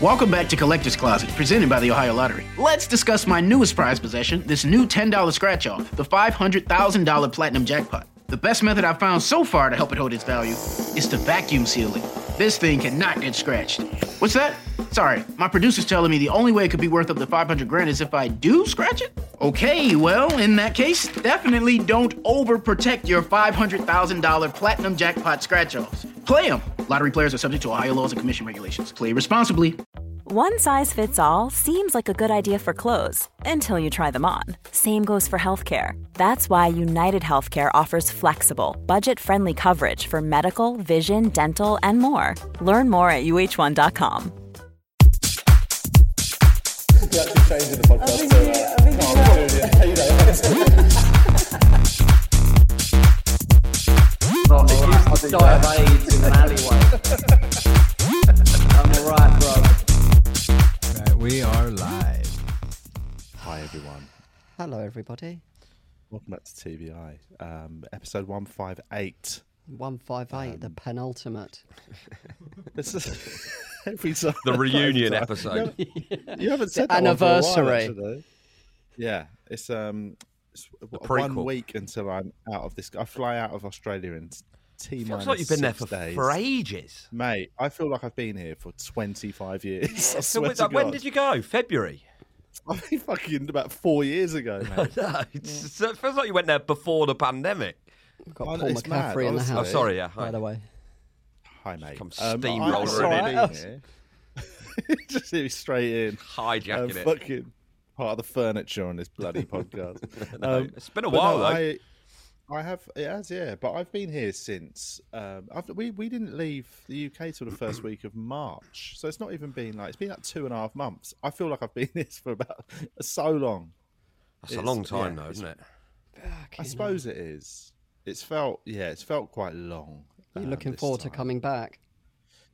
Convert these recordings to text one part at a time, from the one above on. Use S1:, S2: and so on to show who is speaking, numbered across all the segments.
S1: Welcome back to Collector's Closet, presented by the Ohio Lottery. Let's discuss my newest prize possession, this new $10 scratch off, the $500,000 Platinum Jackpot. The best method I've found so far to help it hold its value is to vacuum seal it. This thing cannot get scratched. What's that? Sorry, my producer's telling me the only way it could be worth up to 500 grand is if I do scratch it? Okay, well, in that case, definitely don't overprotect your $500,000 Platinum Jackpot scratch offs. Play them! Lottery players are subject to Ohio laws and commission regulations. Play responsibly.
S2: One size fits all seems like a good idea for clothes until you try them on. Same goes for healthcare. That's why United Healthcare offers flexible, budget friendly coverage for medical, vision, dental, and more. Learn more at uh1.com.
S3: We're actually changing the podcast. so, uh, no, we're doing it. Hey, you know,
S4: Rob, if you
S3: do
S4: die of AIDS in an alleyway. I'm alright, bro.
S5: Right, Uh, we are live.
S3: Hi everyone.
S6: Hello, everybody.
S3: Welcome back to TBI. Um, episode one five eight.
S6: 158, the penultimate.
S3: This is every time.
S7: The reunion episode.
S3: You haven't said
S6: The
S3: that one for a while,
S6: anniversary.
S3: actually. yeah, it's um, it's w- one
S7: prequel.
S3: week until I'm out of this. I fly out of Australia in t
S7: Feels
S3: minus
S7: like you've been there for,
S3: days.
S7: for ages.
S3: Mate, I feel like I've been here for 25 years. I
S7: So
S3: swear
S7: it's
S3: to
S7: like, when
S3: God.
S7: did you go? February.
S3: I think fucking about four years ago, mate.
S7: No, it's- so it feels like you went there before the pandemic.
S6: We've got
S3: Oh, no,
S6: Paul
S3: it's mad,
S6: McCaffrey in the
S3: honestly.
S6: house.
S3: Oh,
S7: sorry, yeah,
S6: By
S7: hi.
S6: the way.
S3: Hi, mate. Um,
S7: Come
S3: I'm
S7: steamroller
S3: sorry
S6: in it.
S3: I've been here. Just here straight in.
S7: Hijacking
S6: Oh,
S3: Um,
S7: it.
S3: Fucking part of the furniture on this bloody podcast. Um,
S7: No, it's been a
S3: but no,
S7: while, though.
S3: I, I have, it has, yeah. But I've been here since. Um, I've, we we didn't leave the UK till the first week of March, so it's not even been like it's been like two and a half months. I feel like I've been here for about so long.
S7: That's a
S3: it's-
S7: long time,
S3: yeah,
S7: though,
S3: it's-
S7: isn't it?
S3: I suppose it is. It's felt, yeah, it's felt quite long.
S6: You're
S3: um,
S6: looking
S3: this
S6: forward to
S3: time.
S6: coming back.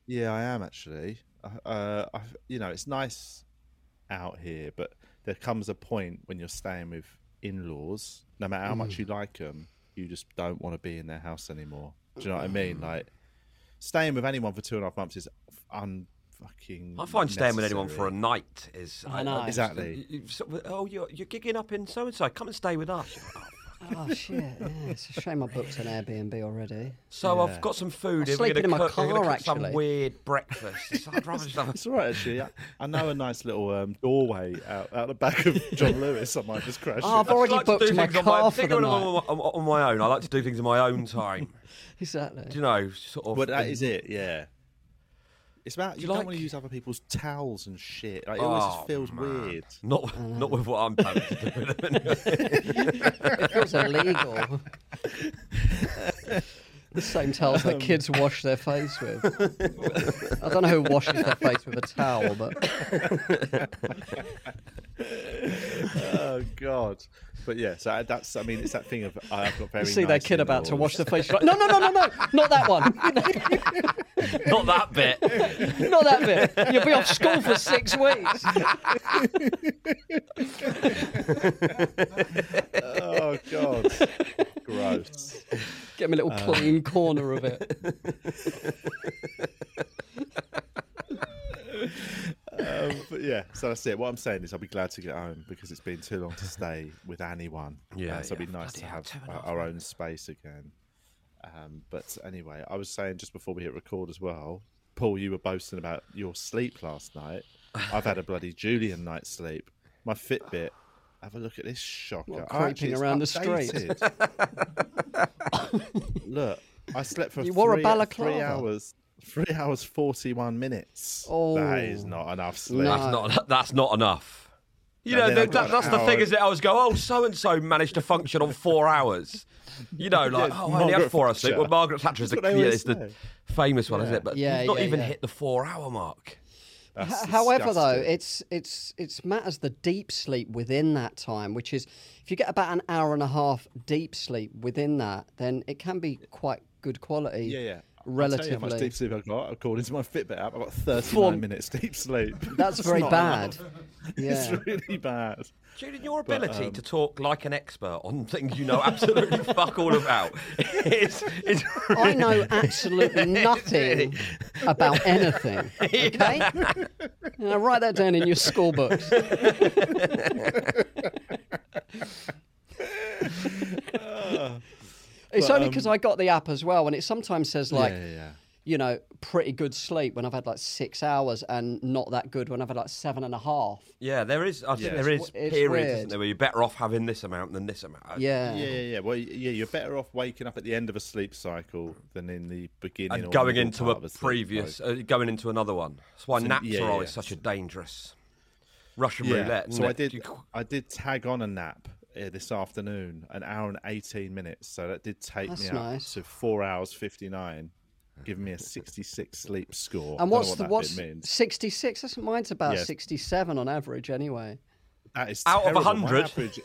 S3: Yeah, I am actually. I- Uh, I, you know, it's nice out here, but there comes a point when you're staying with in-laws, no matter how much you like them, you just don't want to be in their house anymore. Do you know what I mean? Like staying with anyone for two and a half months is unfucking.
S7: I find staying with anyone for a
S3: necessary.
S7: night is.
S6: I know.
S3: Exactly.
S7: You- you- so- oh, you're, you're gigging up in so and so. Come and stay with us.
S6: Oh, shit. Yeah, it's a shame I booked an Airbnb already.
S7: So
S3: Yeah.
S7: I've got some food.
S6: I
S7: and we're
S6: sleep
S7: gonna
S6: in my
S7: cook, we're gonna
S6: car,
S7: cook some
S6: actually.
S7: weird breakfast. It's- I'd rather just have a
S3: It's all right, actually. I, I know a nice little um, doorway out, out the back of John Lewis. I might just crash.
S7: Ah,
S6: Oh,
S3: in.
S6: I've already
S7: like to
S6: booked
S7: do
S6: my
S7: things on
S6: car
S7: my,
S6: for the
S7: particularly
S6: night.
S7: on, on, on my own. I like to do things in my own time.
S6: Exactly.
S7: Do you know, sort of.
S3: But that
S7: in-
S3: is it, yeah. It's about you,
S7: you
S3: don't
S7: like-
S3: want to use other people's towels and shit. Like, it always just
S7: Oh,
S3: feels
S7: man.
S3: weird.
S7: Not,
S6: Mm.
S7: not with what I'm planning to do. at the minute.
S6: It feels illegal. the same towels that kids wash their face with. I don't know who washes their face with a towel, but
S3: oh god. But yeah, so I- that's. I mean, it's that thing of I have got very.
S6: you see
S3: nice
S6: that kid about to
S3: in-laws.
S6: wash their face. You're like, no, no, no, no, no, not that one.
S7: not that bit.
S6: Not that bit. You'll be off school for six weeks.
S3: Oh god. Gross.
S6: Get me a little
S3: Uh,
S6: clean corner of it.
S3: Um, but yeah, so that's it. What I'm saying is, I'll be glad to get home because it's been too long to stay with anyone.
S7: Yeah,
S3: Uh, so it'd be
S7: yeah.
S3: nice to
S7: Bloody hell,
S3: have
S7: two and a
S3: our,
S7: half
S3: our own space again. Um, but anyway, I was saying just before we hit record as well, Paul, you were boasting about your sleep last night. I've had a bloody Julian night's sleep. My Fitbit. Have a look at this shocker.
S6: What,
S3: Oh,
S6: creeping
S3: actually, it's
S6: around the street?
S3: updated. look, I slept for
S6: You wore a
S3: three, three
S6: balaclava.
S3: hours. Three hours forty-one minutes. that is
S6: Oh.
S3: not enough sleep.
S6: No.
S7: That's not. That's not enough. You
S3: And
S7: know,
S3: then
S7: that,
S3: I've got an
S7: that's the thing
S3: hour.
S7: is that I was go, oh, so and so managed to function on four hours. You know, like
S3: Yeah,
S7: oh, I only
S3: Margaret
S7: had four hours sleep.
S3: Thatcher.
S7: Well, Margaret Thatcher is the,
S3: That's what they
S7: yeah,
S3: always
S7: is the famous one, isn't it? But
S6: Yeah,
S7: you've not
S6: yeah,
S7: even
S6: yeah.
S7: hit the four-hour mark.
S3: That's
S6: H- However, though,
S3: disgusting.
S6: it's it's it's matters the deep sleep within that time, which is if you get about an hour and a half deep sleep within that, then it can be quite good quality.
S3: yeah, yeah. Tell you how much
S6: relatively.
S3: deep sleep I got according to my Fitbit app. I got 39
S6: Four-
S3: minutes deep sleep.
S6: That's very
S3: not
S6: bad.
S3: enough.
S6: Yeah.
S3: It's really bad.
S7: Julian, your ability
S3: um,
S7: to talk like an expert on things you know absolutely fuck all about is, is
S6: I know absolutely nothing about anything. Okay? Now write that down in your school books. it's only because I got the app as well, and it sometimes says like,
S3: um, yeah, yeah.
S6: you know, pretty good sleep when I've had like six hours, and not that good when I've had like seven and a half.
S7: Yeah, there is. I think
S3: Yeah.
S7: there is
S6: It's
S7: periods,
S6: weird.
S7: isn't there, where you're better off having this amount than this amount.
S6: Yeah.
S3: Uh, Yeah, yeah, yeah. Well, yeah, you're better off waking up at the end of a sleep cycle than in the beginning.
S7: And
S3: or
S7: going
S3: middle
S7: into
S3: part
S7: a
S3: of sleep
S7: previous,
S3: cycle.
S7: uh, going into another one. That's why naps
S3: yeah,
S7: are
S3: yeah,
S7: always
S3: yeah.
S7: such a dangerous Russian
S3: yeah.
S7: roulette.
S3: So
S7: isn't
S3: I
S7: it?
S3: did.
S7: You-
S3: I did tag on a nap uh, this afternoon, an hour and eighteen minutes. So that did take
S6: That's
S3: me
S6: nice.
S3: up to four hours fifty nine, giving me a sixty six sleep score.
S6: And
S3: Don't know
S6: what's
S3: what
S6: the
S3: that
S6: what's
S3: bit means.
S6: sixty six? That's mine's about
S3: Yes.
S6: sixty seven on average anyway.
S3: That is
S7: Out of
S3: terrible. My
S7: 100?
S3: average-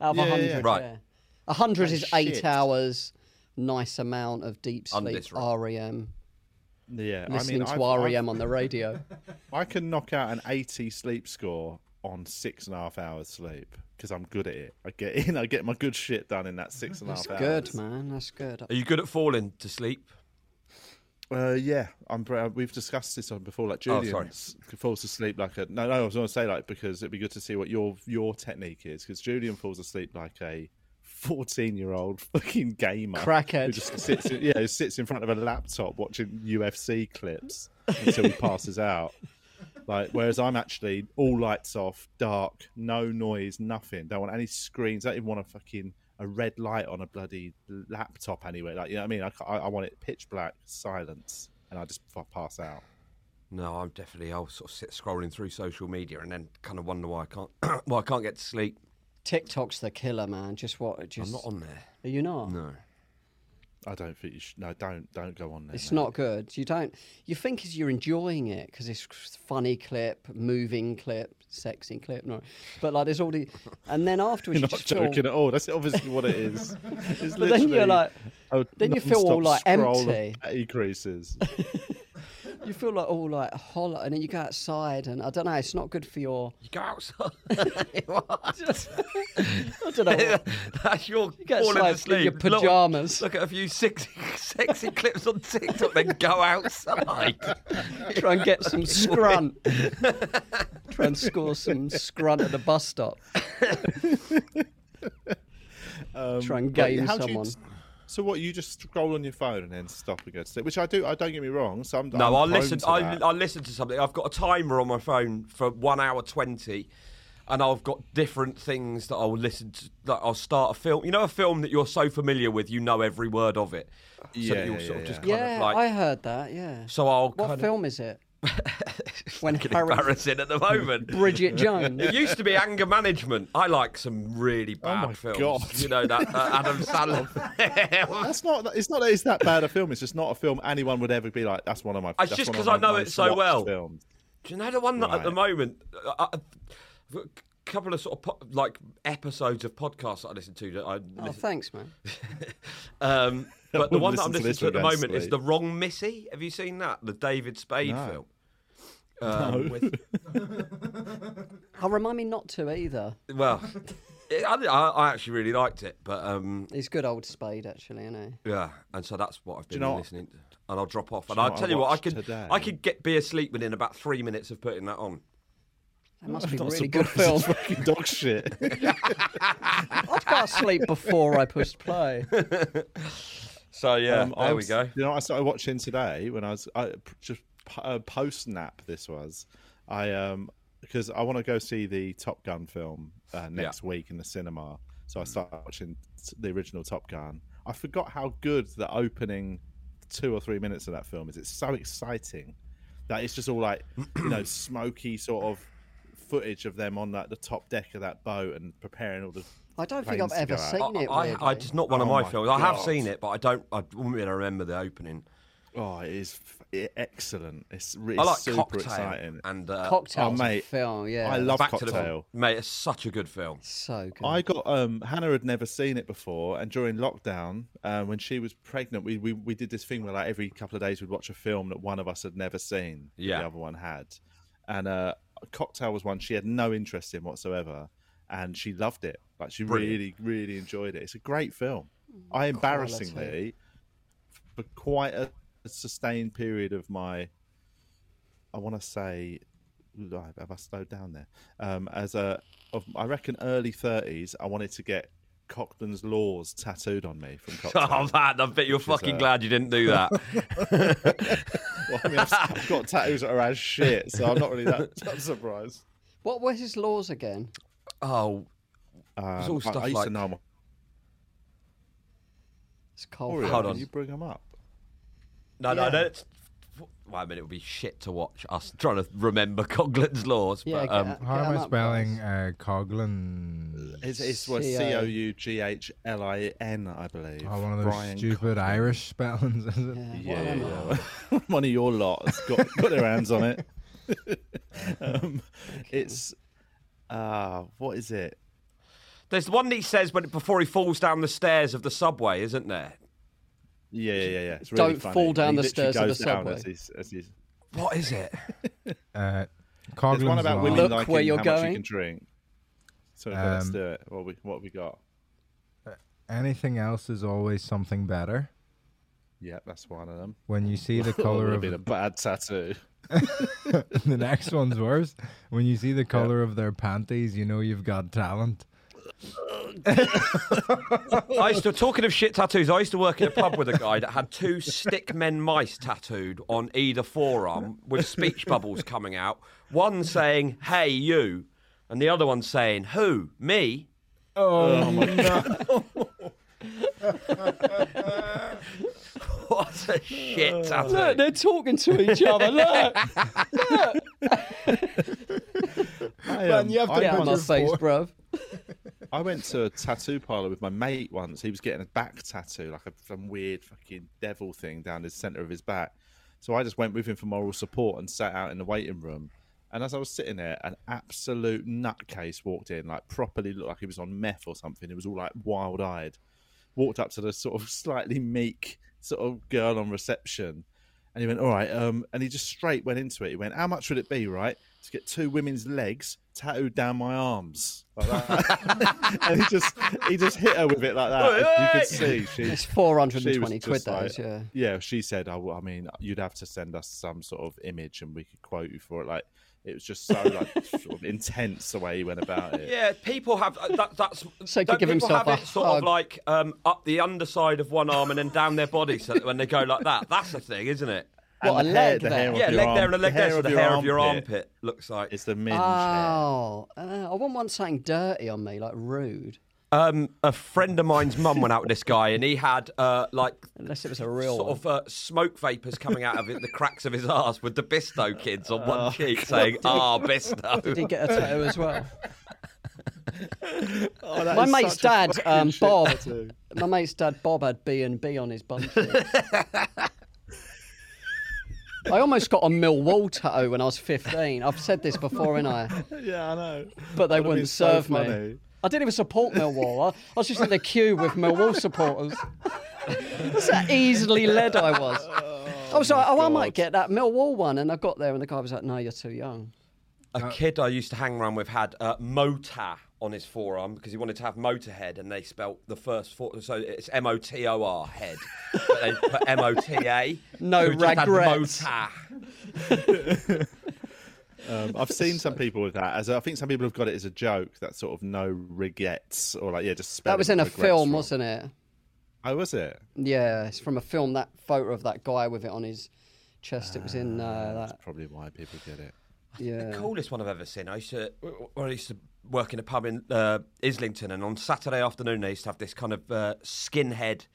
S6: Out of
S3: Yeah, yeah,
S6: hundred,
S3: yeah. Oh,
S7: Right.
S6: Yeah. hundred is eight
S3: shit.
S6: hours. Nice amount of deep
S7: Under
S6: sleep. E
S7: this rock.
S6: REM.
S3: Yeah,
S6: Listening
S3: I mean,
S6: to
S3: I've- I've-
S6: REM on the radio.
S3: I can knock out an 80 sleep score on six and a half hours sleep because I'm good at it. I get in, I get my good shit done in that six and a half
S6: That's
S3: hours.
S6: good, man. That's good.
S7: Are you good at falling to sleep?
S3: Uh, yeah, I'm. br- uh, We've discussed this on before. Like Julian
S7: Oh, sorry.
S3: s- falls asleep like a. No, no. I was going to say like because it'd be good to see what your your technique is because Julian falls asleep like a. 14 year old fucking gamer who
S6: Crackhead.
S3: just sits in, yeah who sits in front of a laptop watching UFC clips until he passes out like whereas I'm actually all lights off dark no noise nothing don't want any screens I don't even want a fucking a red light on a bloody laptop anywhere like you know what I mean I, ca- I, I want it pitch black silence and I just f- pass out
S7: No, I'm definitely. I'll sort of sit scrolling through social media and then kind of wonder why I can't, why I can't get to sleep.
S6: TikTok's the killer, man. Just what? Just
S7: I'm not on there.
S6: Are you not?
S7: No.
S3: I don't think you should no don't don't go on there
S6: It's
S3: mate.
S6: not good. You don't. You think is you're enjoying it because it's funny clip, moving clip, sexy clip, no. But like there's all the, and then afterwards
S3: you're
S6: you
S3: not
S6: just
S3: joking
S6: feel,
S3: at all that's obviously what it is It's
S6: But then you're
S3: literally
S6: like-
S3: a
S6: then you feel all,
S3: non-stop
S6: like,
S3: scroll of
S6: empty.
S3: patty creases
S6: you feel like all like hollow, and then you go outside, and I don't know. It's not good for your.
S7: You go outside. What?
S6: I don't know.
S7: That's your
S6: get
S7: falling
S6: slapped in
S7: asleep.
S6: your
S7: Look-
S6: pyjamas.
S7: Look, at a few sexy, sexy clips on TikTok, then go outside.
S6: Try and get some scrunt. Try and score some scrunt at the bus stop. Try and
S3: But
S6: game
S3: Um, how do you
S6: someone.
S3: s- so what you just scroll on your phone and then stop and go to sleep, which I do. I don't get me wrong. So I'm, I'm
S7: No, I
S3: prone
S7: listen.
S3: To
S7: I,
S3: that.
S7: I listen to something. I've got a timer on my phone for one hour twenty, and I've got different things that I'll listen to. That I'll start a film. You know, a film that you're so familiar with, you know every word of it. So
S3: Yeah,
S7: that you'll
S3: yeah,
S7: sort of
S3: yeah,
S7: just
S6: yeah,
S7: kind of like.
S6: I heard that. Yeah.
S7: So I'll
S6: what
S7: kind
S6: film is it?
S7: of
S6: when
S7: fucking
S6: Harry-
S7: embarrassing at the moment.
S6: Bridget Jones.
S7: It used to be anger management. I like some really bad
S3: Oh my
S7: films.
S3: God.
S7: You know that uh, Adam Sandler film.
S3: That's not. It's not that it's that bad a film. It's just not a film anyone would ever be like. That's one of my. that's
S7: just
S3: one
S7: 'cause
S3: of
S7: I
S3: my
S7: know it
S3: most
S7: so
S3: watched
S7: well.
S3: Films.
S7: Do you know the one that at the
S3: Right.
S7: moment? uh, I, I've got a couple of sort of po- like episodes of podcasts that I listen to. That I
S6: Oh,
S7: listen,
S6: thanks, man.
S7: um, but the
S3: wouldn't
S7: one that I'm
S3: listen to
S7: listening
S3: this
S7: to at the
S3: one, that's
S7: moment is
S3: sweet.
S7: the Wrong Missy. Have you seen that? The David Spade
S3: No.
S7: film. Um, with,
S6: Oh, remind me not to either.
S7: well, it, I, I actually really liked it, but um,
S6: He's good old Spade, actually, isn't he?
S7: Yeah, and so that's what I've been
S3: you know what-
S7: listening to. And I'll drop off.
S3: you
S7: And
S3: know
S7: I'll
S3: what I
S7: tell you what, I
S3: watched
S7: could
S3: today?
S7: I could get be asleep within about three minutes of putting that on.
S6: That must be
S3: Not
S6: really good film.
S3: surprised. It's fucking dog shit.
S6: I've got to sleep before I pushed play.
S7: So yeah,
S3: Um, I
S7: there we
S3: was-
S7: go.
S3: You know, I started watching today when I was I, p- just p- uh, post nap. This was I um because I want to go see the Top Gun film uh, next week in the cinema.
S7: Mm.
S3: So I started watching t- the original Top Gun. I forgot how good the opening two or three minutes of that film is. It's so exciting that it's just all like you know smoky sort of footage of them on like the top deck of that boat and preparing all the.
S6: I don't think I've
S3: planes to go
S6: ever
S3: out.
S6: seen
S7: I,
S6: it.
S7: I, I
S6: weirdly.
S7: it's not one of
S3: Oh
S7: my
S3: my
S7: films. I have
S3: God.
S7: seen it, but I don't. I wouldn't be able to remember the opening.
S3: Oh, it is f- i- excellent. It's really
S7: I like
S3: super
S7: Cocktail
S3: exciting.
S7: and uh,
S6: Cocktail
S3: Oh, mate,
S6: film, yeah.
S3: I love
S7: Back to the
S3: Cocktail.
S7: mate. It's such a good film.
S6: so good.
S3: I got um Hannah had never seen it before, and during lockdown, uh, when she was pregnant, we, we we did this thing where like every couple of days we'd watch a film that one of us had never seen, that
S7: Yeah.
S3: the other one had, and uh, Cocktail was one she had no interest in whatsoever, and she loved it. Like she
S7: Brilliant. Mm.
S3: really really enjoyed it. It's a great film. I embarrassingly, for quite a sustained period of my I want to say, live. Have I slowed down there? Um, as a, of, I reckon early thirties, I wanted to get Cochrane's Laws tattooed on me from
S7: Oh
S3: Cochrane.
S7: man, I bet you're fucking
S3: uh,
S7: glad you didn't do that.
S3: Well, I mean, I've, I've got tattoos that are as shit, so I'm not really that, that surprised.
S6: What were his laws again?
S7: oh,
S3: Um,
S7: all
S3: I-
S7: stuff
S3: I, used
S7: like-
S3: to know them.
S6: It's cold.
S3: Oreo,
S7: Hold
S3: can
S7: on.
S3: you bring them up?
S7: no, no,
S6: Yeah.
S7: no. It's, well, I mean, it would be shit to watch us trying to remember Coughlin's laws.
S6: Yeah,
S7: but, um,
S6: get,
S5: How
S6: get
S5: am
S6: 'em
S5: I
S6: up,
S5: spelling
S6: guys.
S5: uh, Coughlin?
S3: It's, it's well,
S6: C O-
S3: C O U G H L I N, I believe.
S5: Oh, one of those
S3: Brian
S5: stupid
S3: Cochrane.
S5: Irish spellings, is it?
S6: Yeah,
S3: Yeah,
S6: what am I?
S3: yeah, yeah. one of your lot has got, got their hands on it. um, It's uh, what is it?
S7: there's one that he says when before he falls down the stairs of the subway, isn't there?
S3: Yeah, yeah, yeah. yeah. It's really
S6: Don't
S3: funny.
S6: fall down the
S3: He literally
S6: stairs of
S3: goes
S6: the
S3: down
S6: subway.
S3: as he's- as he's-
S7: What is it?
S5: Uh,
S3: There's one
S5: Coughlin's
S3: about
S5: Law.
S3: women
S6: Look
S3: liking
S6: where you're
S3: how much
S6: going.
S3: you can drink. So let's
S5: Um,
S3: do it. What we what we got?
S5: Anything else is always something better.
S3: Yeah, that's one of them.
S5: When you see the
S3: That
S5: color
S3: would've
S5: of
S3: been a bad tattoo.
S5: the next one's worse. When you see the color of their panties, you know you've got talent.
S7: I used to talking of shit tattoos. I used to work in a pub with a guy that had two stick men mice tattooed on either forearm with speech bubbles coming out. One saying "Hey you," and the other one saying "Who me."
S5: Oh,
S7: What a shit
S5: uh,
S7: tattoo!
S6: Look, they're talking to each other. Look,
S3: I, um,
S5: you have to
S3: I
S6: yeah, on my
S5: put your
S3: once-
S6: face,
S5: four-
S6: bruv.
S3: I went to a tattoo parlor with my mate once. He was getting a back tattoo, like a, some weird fucking devil thing down the center of his back. So I just went with him for moral support and sat out in the waiting room. And as I was sitting there, an absolute nutcase walked in, like properly looked like he was on meth or something. It was all like wild eyed. Walked up to the sort of slightly meek sort of girl on reception. And he went, all right. Um, and he just straight went into it. He went, how much would it be, right, to get two women's legs tattooed down my arms? Like that. and he just he just hit her with it like that. And you could see she,
S6: It's four hundred and
S3: she was
S6: twenty quid.
S3: just
S6: Those,
S3: like-
S6: yeah.
S3: yeah, she said, I, w- I mean, you'd have to send us some sort of image and we could quote you for it. Like, it was just so like sort of intense the way he went about it.
S7: Yeah, people have uh, that. That's
S6: So he
S7: don't
S6: could give
S7: people
S6: himself
S7: have
S6: a
S7: it sort of
S6: hug.
S7: like um, up the underside of one arm and then down their body, so that when they go like that, that's the thing, isn't it?
S3: And
S6: What, a
S3: the hair-
S6: leg
S3: the
S6: there?
S3: hair
S7: yeah,
S3: your
S7: leg there
S3: arm-
S7: and a leg
S3: the
S7: there,
S3: hair
S7: so
S3: of
S7: the
S3: your
S7: hair of your
S3: armpit.
S7: armpit looks like.
S3: It's the minge hair.
S6: Oh, uh, I wouldn't want something dirty on me, like rude.
S7: Um, a friend of mine's mum went out with this guy, and he had uh, like
S6: Unless it was a real
S7: sort
S6: one.
S7: of uh, smoke vapors coming out of it, the cracks of his ass with the Bisto kids on one cheek, saying "Ah,
S6: Did he
S7: Bisto."
S6: get a tattoo as well?
S3: Oh, that
S6: my
S3: is
S6: mate's
S3: such a
S6: dad,
S3: fucking
S6: um,
S3: shit
S6: Bob.
S3: tattoo.
S6: My mate's dad, Bob, had B and B on his bum. cheek. I almost got a Millwall tattoo when I was fifteen. I've said this before, and I.
S3: Yeah, I know.
S6: But they
S3: That'd
S6: wouldn't
S3: be so
S6: serve me.
S3: funny.
S6: I didn't even support Millwall. I, I was just in the queue with Millwall supporters. That's how easily led I was. I was like, oh, I might get that Millwall one. And I got there, and the guy was like, no, you're too young.
S7: A kid I used to hang around with had uh, Mota on his forearm because he wanted to have Motorhead, and they spelt the first four, so it's M O T O R head, but they put M O T A.
S6: No
S7: so he just had
S6: regrets.
S7: Mota.
S3: Um, I've seen some people with that. As I think some people have got it as a joke. That sort of no regrets or like yeah, just spell
S6: That was in a film, wasn't it?
S3: Oh, was it?
S6: Yeah, it's from a film. That photo of that guy with it on his chest. It was in uh, that.
S3: That's probably why people get it.
S6: Yeah.
S7: The coolest one I've ever seen. I used to, well, I used to work in a pub in uh, Islington, and on Saturday afternoon they used to have this kind of uh, skinhead,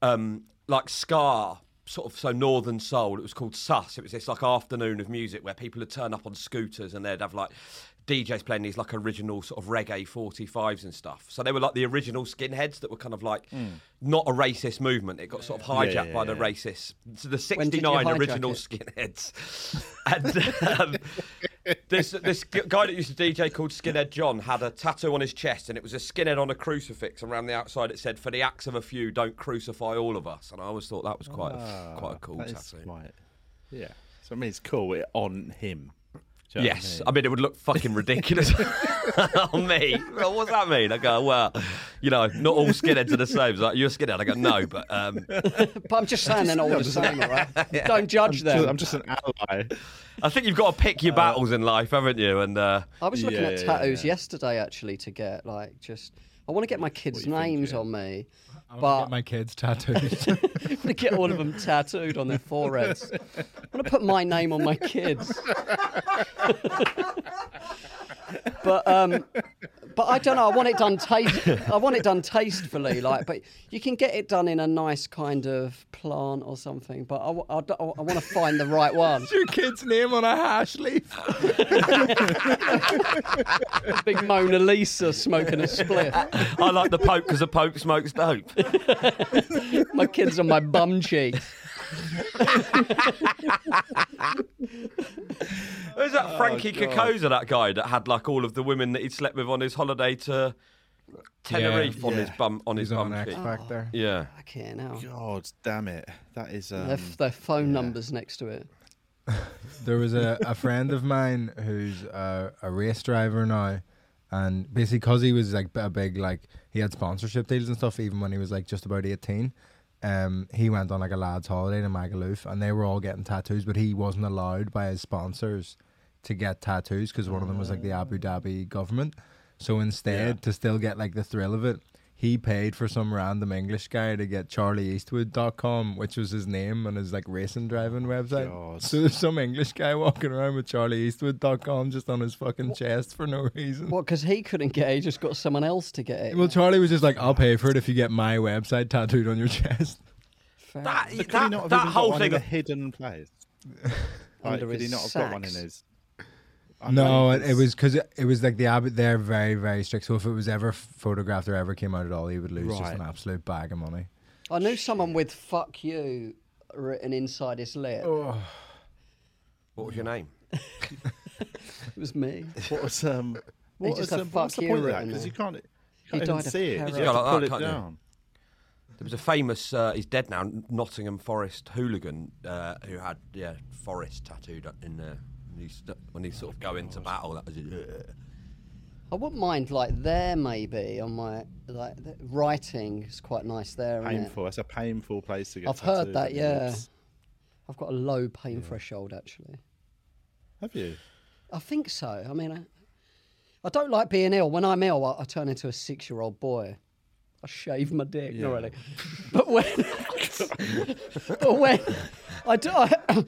S7: um, like scar sort of so Northern Soul. It was called Sus. It was this like afternoon of music where people would turn up on scooters and they'd have like DJs playing these like original sort of reggae 45s and stuff. So they were like the original skinheads that were kind of like
S6: Hmm.
S7: not a racist movement. It got sort of hijacked
S3: yeah,
S7: by the
S3: yeah.
S7: racists. So the
S6: When did you
S7: 69
S6: hijack
S7: original
S6: it?
S7: skinheads. And um, this this g- guy that used to DJ called Skinhead John had a tattoo on his chest, and it was a skinhead on a crucifix, and around the outside it said, "For the acts of a few, don't crucify all of us." And I always thought that was quite a, quite a cool
S3: Ah, That
S7: tattoo.
S3: is quite- Yeah. So I mean, it's cool. It on him. Do you know what
S7: Yes, I mean it would look fucking ridiculous on me. Well, what's that mean? I go, well, you know, not all skinheads are the same. It's Like you're a skinhead. I go, no, but um,
S6: But I'm just saying, then all the same, all right? Don't judge
S3: I
S6: them.
S3: am just an ally.
S7: I think you've got to pick
S3: Uh,
S7: your battles in life, haven't you? And uh,
S6: I was looking
S3: Yeah,
S6: at
S3: yeah,
S6: tattoos
S3: yeah.
S6: yesterday actually to get like just. I want to get my kids'
S3: you think,
S6: names
S3: yeah?
S6: on me,
S5: I want to
S6: but
S5: get my kids tattoos.
S6: I'm gonna get all of them tattooed on their foreheads. I'm gonna put my name on my kids. but um, but I don't know. I want it done taste. I want it done tastefully, like. But you can get it done in a nice kind of plant or something. But I, w- I, don't- I want to find the right one.
S5: Your kid's name on a hash leaf.
S6: Big Mona Lisa smoking a spliff.
S7: I like the Pope because the Pope smokes dope.
S6: My kids on my bum cheek.
S7: Who's
S3: Oh,
S7: that Frankie Kokoza, that guy that had like all of the women that he'd slept with on his holiday to Tenerife on his bum on
S5: He's
S7: his
S5: on
S7: bum
S5: X
S7: cheek?
S5: Factor.
S7: Yeah.
S6: Okay, now
S3: God damn it! That is. Um,
S6: their, their phone numbers next to it.
S5: There was a, a friend of mine who's a, a race driver now, and basically because he was like a big like he had sponsorship deals and stuff even when he was like just about eighteen. Um, he went on like a lads' holiday to Magaluf, and they were all getting tattoos, but he wasn't allowed by his sponsors to get tattoos because one of them was like the Abu Dhabi government. So instead, to still get like the thrill of it, he paid for some random English guy to get charlieeastwood.com, which was his name on his like racing driving website.
S3: God.
S5: So there's some English guy walking around with charlieeastwood.com just on his fucking chest for no reason.
S6: Well, because he couldn't get it, he just got someone else to get it.
S5: Well, Charlie was just like, I'll pay for it if you get my website tattooed on your chest.
S6: Fair
S7: That,
S3: but could he
S7: that,
S3: not have
S7: that
S3: even got
S7: whole
S3: one
S7: thing.
S3: in a hidden place. like,
S6: Under
S3: could he
S6: his
S3: not have got one in
S6: sacks.
S3: his?
S5: No, it, it was because it, it was like the Abbott, they're very, very strict. So if it was ever photographed or ever came out at all, he would lose just
S3: Right.
S5: an absolute bag of money.
S6: I knew someone with "fuck you" written inside his lip.
S7: What was your name?
S6: It was me.
S3: What was um? What
S6: just
S3: was,
S6: had
S3: um what's
S6: fuck
S3: the
S6: you
S3: point of that?
S6: written
S3: Because
S6: there.
S3: you can't. You can't
S6: died
S3: even
S6: of
S3: see it. You
S6: heroin.
S3: just have to
S7: Yeah, like
S3: pull
S7: that,
S3: it
S7: can't you?
S3: down.
S7: There was a famous, uh, he's dead now, Nottingham Forest hooligan uh, who had yeah forest tattooed in there. When he, st- when he sort of
S3: Oh,
S7: go into battle, that was it.
S6: I wouldn't mind like there maybe on my like the writing is quite nice there. isn't it?
S3: Painful. That's a painful place to get.
S6: I've heard
S3: tattooed
S6: that.
S3: on
S6: Yeah,
S3: your lips.
S6: I've got a low pain threshold actually.
S3: Have you?
S6: I think so. I mean, I, I don't like being ill. When I'm ill, I, I turn into a six-year-old boy. I shave my dick, not really. But when, but when I do, I,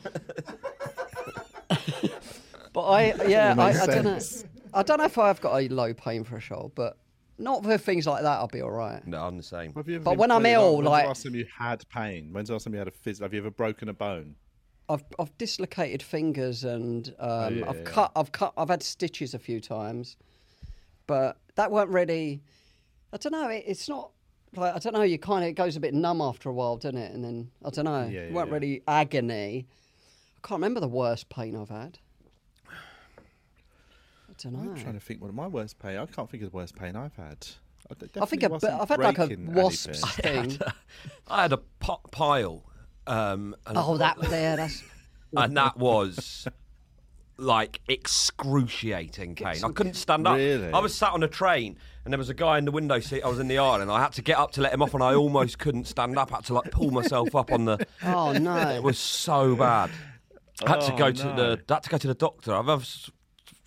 S6: but I yeah, I, I don't know. I don't know if I've got a low pain threshold, but not for things like that. I'll be all right.
S7: No, I'm the same.
S3: Have you ever
S6: But
S3: been
S6: when I'm
S3: really-
S6: ill,
S3: when's
S6: like-
S3: the last time you had pain? When's the last time you had a phys? Have you ever broken a bone?
S6: I've I've dislocated fingers and um,
S3: Oh, yeah,
S6: I've
S3: yeah.
S6: cut I've cut I've had stitches a few times, but that weren't really. I don't know. It, it's not like I don't know. You kind of it goes a bit numb after a while, doesn't it? And then I don't know.
S3: Yeah,
S6: it
S3: yeah,
S6: weren't
S3: yeah.
S6: really agony. I can't remember the worst pain I've had. I don't know.
S3: I'm trying to think. What my worst pain? I can't think of the worst pain I've had. I, d-
S6: I think a
S3: definitely
S6: bit-
S3: wasn't
S6: I've had like a
S3: breaking
S6: wasp's
S3: anything.
S6: sting.
S7: I had a pot pile. Um, and,
S6: oh, that there. That's
S7: and that was like excruciating pain. I couldn't stand up.
S3: Really?
S7: I was sat on a train and there was a guy in the window seat. I was in the aisle and I had to get up to let him off and I almost couldn't stand up. I had to like pull myself up on the
S6: oh
S7: It
S6: no.
S7: was so bad. I had to
S3: Oh,
S7: go to
S3: no.
S7: the had to go to the doctor. I've, I've s-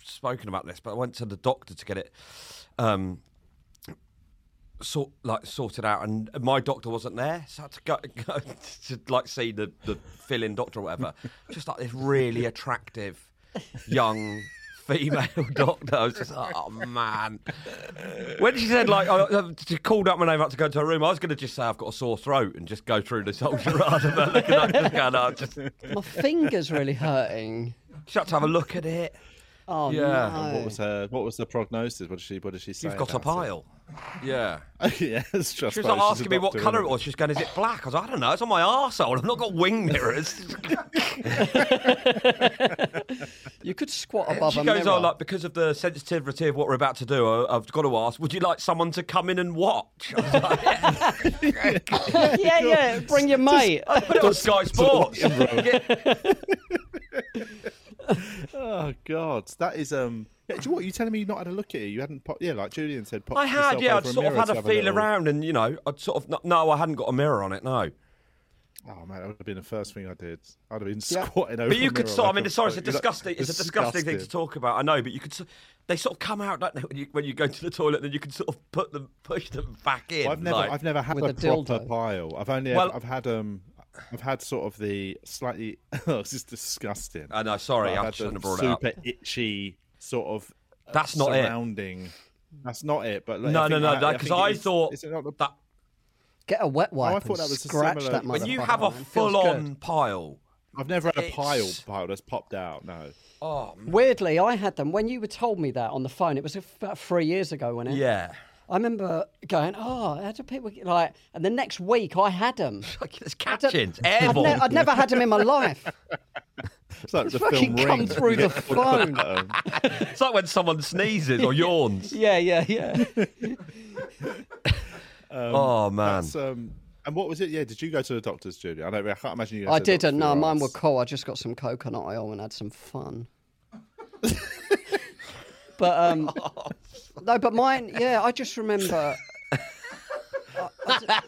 S7: spoken about this, but I went to the doctor to get it um, sort like sorted out, and my doctor wasn't there, so I had to go, go to like see the the fill-in doctor or whatever. Just like this really attractive young female doctor. I was just like, oh man. When she said like, oh, uh, she called up my name out to go to her room, I was going to just say I've got a sore throat and just go through this whole charade of her looking up, just going, oh, just
S6: My finger's really hurting.
S7: shut up, have a look at it.
S6: Oh
S7: Yeah.
S6: no.
S3: What was her? What was the prognosis? What did she? What did she say?
S7: You've got a
S3: about it?
S7: pile. Yeah.
S3: yeah, it's just
S7: She
S3: like,
S7: was like
S3: she's a
S7: asking me what
S3: doctor,
S7: colour it
S3: isn't
S7: was. She was going, is it black? I was like, I don't know. It's on my arsehole. I've not got wing mirrors.
S6: You could squat above
S7: she
S6: a
S7: goes,
S6: mirror.
S7: oh, like, because of the sensitivity of what we're about to do, I, I've got to ask, would you like someone to come in and watch? I was like, yeah.
S6: yeah, yeah. Bring your mate.
S7: I put it on Sky Sports. Yeah.
S3: Oh God, that is um. Yeah, do you know what you telling me? You not had a look at it. You hadn't. Pop, yeah, like Julian said. Pop
S7: I had,
S3: yourself
S7: yeah. I'd
S3: over a
S7: sort of
S3: mirror
S7: had
S3: to
S7: a
S3: have
S7: feel
S3: little-
S7: around and, you know, I'd sort of, no, I hadn't got a mirror on it, no.
S3: Oh man, that would have been the first thing I did. I'd have been
S6: Yeah.
S3: squatting over.
S7: But
S3: a
S7: you could
S3: mirror
S7: sort. I
S3: like
S7: mean,
S3: a-
S7: it's sorry, it's a
S3: like-
S7: disgusting. It's a disgusting thing to
S3: disgusting.
S7: talk about. I know, but you could. s- They sort of come out, don't they? When you, when you go to the toilet, then you can sort of put them, push them back in.
S3: I've never,
S7: like-
S3: I've never had
S6: With
S3: a,
S6: a
S3: proper
S6: dildo.
S3: pile. I've only,
S7: Well-
S3: I've had um, I've had sort of the slightly. oh, this is disgusting.
S7: I know, Uh, sorry,
S3: But
S7: I
S3: I've had
S7: shouldn't
S3: the
S7: have brought it up.
S3: super itchy sort of. uh,
S7: That's not it.
S3: surrounding. That's not it. But like,
S7: no,
S3: I
S7: no,
S3: think
S7: no,
S3: I- I
S7: because
S3: think it
S7: I,
S3: is-
S7: thought
S3: is it not the-
S7: that
S6: Get a wet wipe
S3: Oh, I
S6: and
S3: thought that was a
S6: scratch
S3: similar-
S6: that
S3: When
S7: when
S6: motherfucker.
S7: you have a
S6: man. It feels
S7: full-on
S6: good.
S7: pile.
S3: I've never had a pile
S7: It's-
S3: pile that's popped out. No.
S7: Oh, m-
S6: Weirdly, I had them when you were told me that on the phone. It was about three years ago, wasn't it?
S7: yeah.
S6: I remember going, oh, how do people get-" like? And the next week, I had them.
S7: Like, It's
S6: I'd,
S7: catching. It's
S6: I'd
S7: airball.
S6: ne- I'd never had them in my life.
S3: It's like the
S6: fucking
S3: film
S6: come
S3: Ring.
S6: through the phone.
S3: um,
S7: It's like when someone sneezes or yawns.
S6: Yeah, yeah, yeah.
S7: oh man.
S6: uh,
S3: That's, um, and what was it? Yeah, did you go to the doctors, Julie? I don't. I can't imagine you. Go
S6: I
S3: to the
S6: didn't. No,
S3: doctor for
S6: mine were
S3: arts.
S6: cool. I just got some coconut oil and had some fun. but um, no, but mine. Yeah, I just remember. I-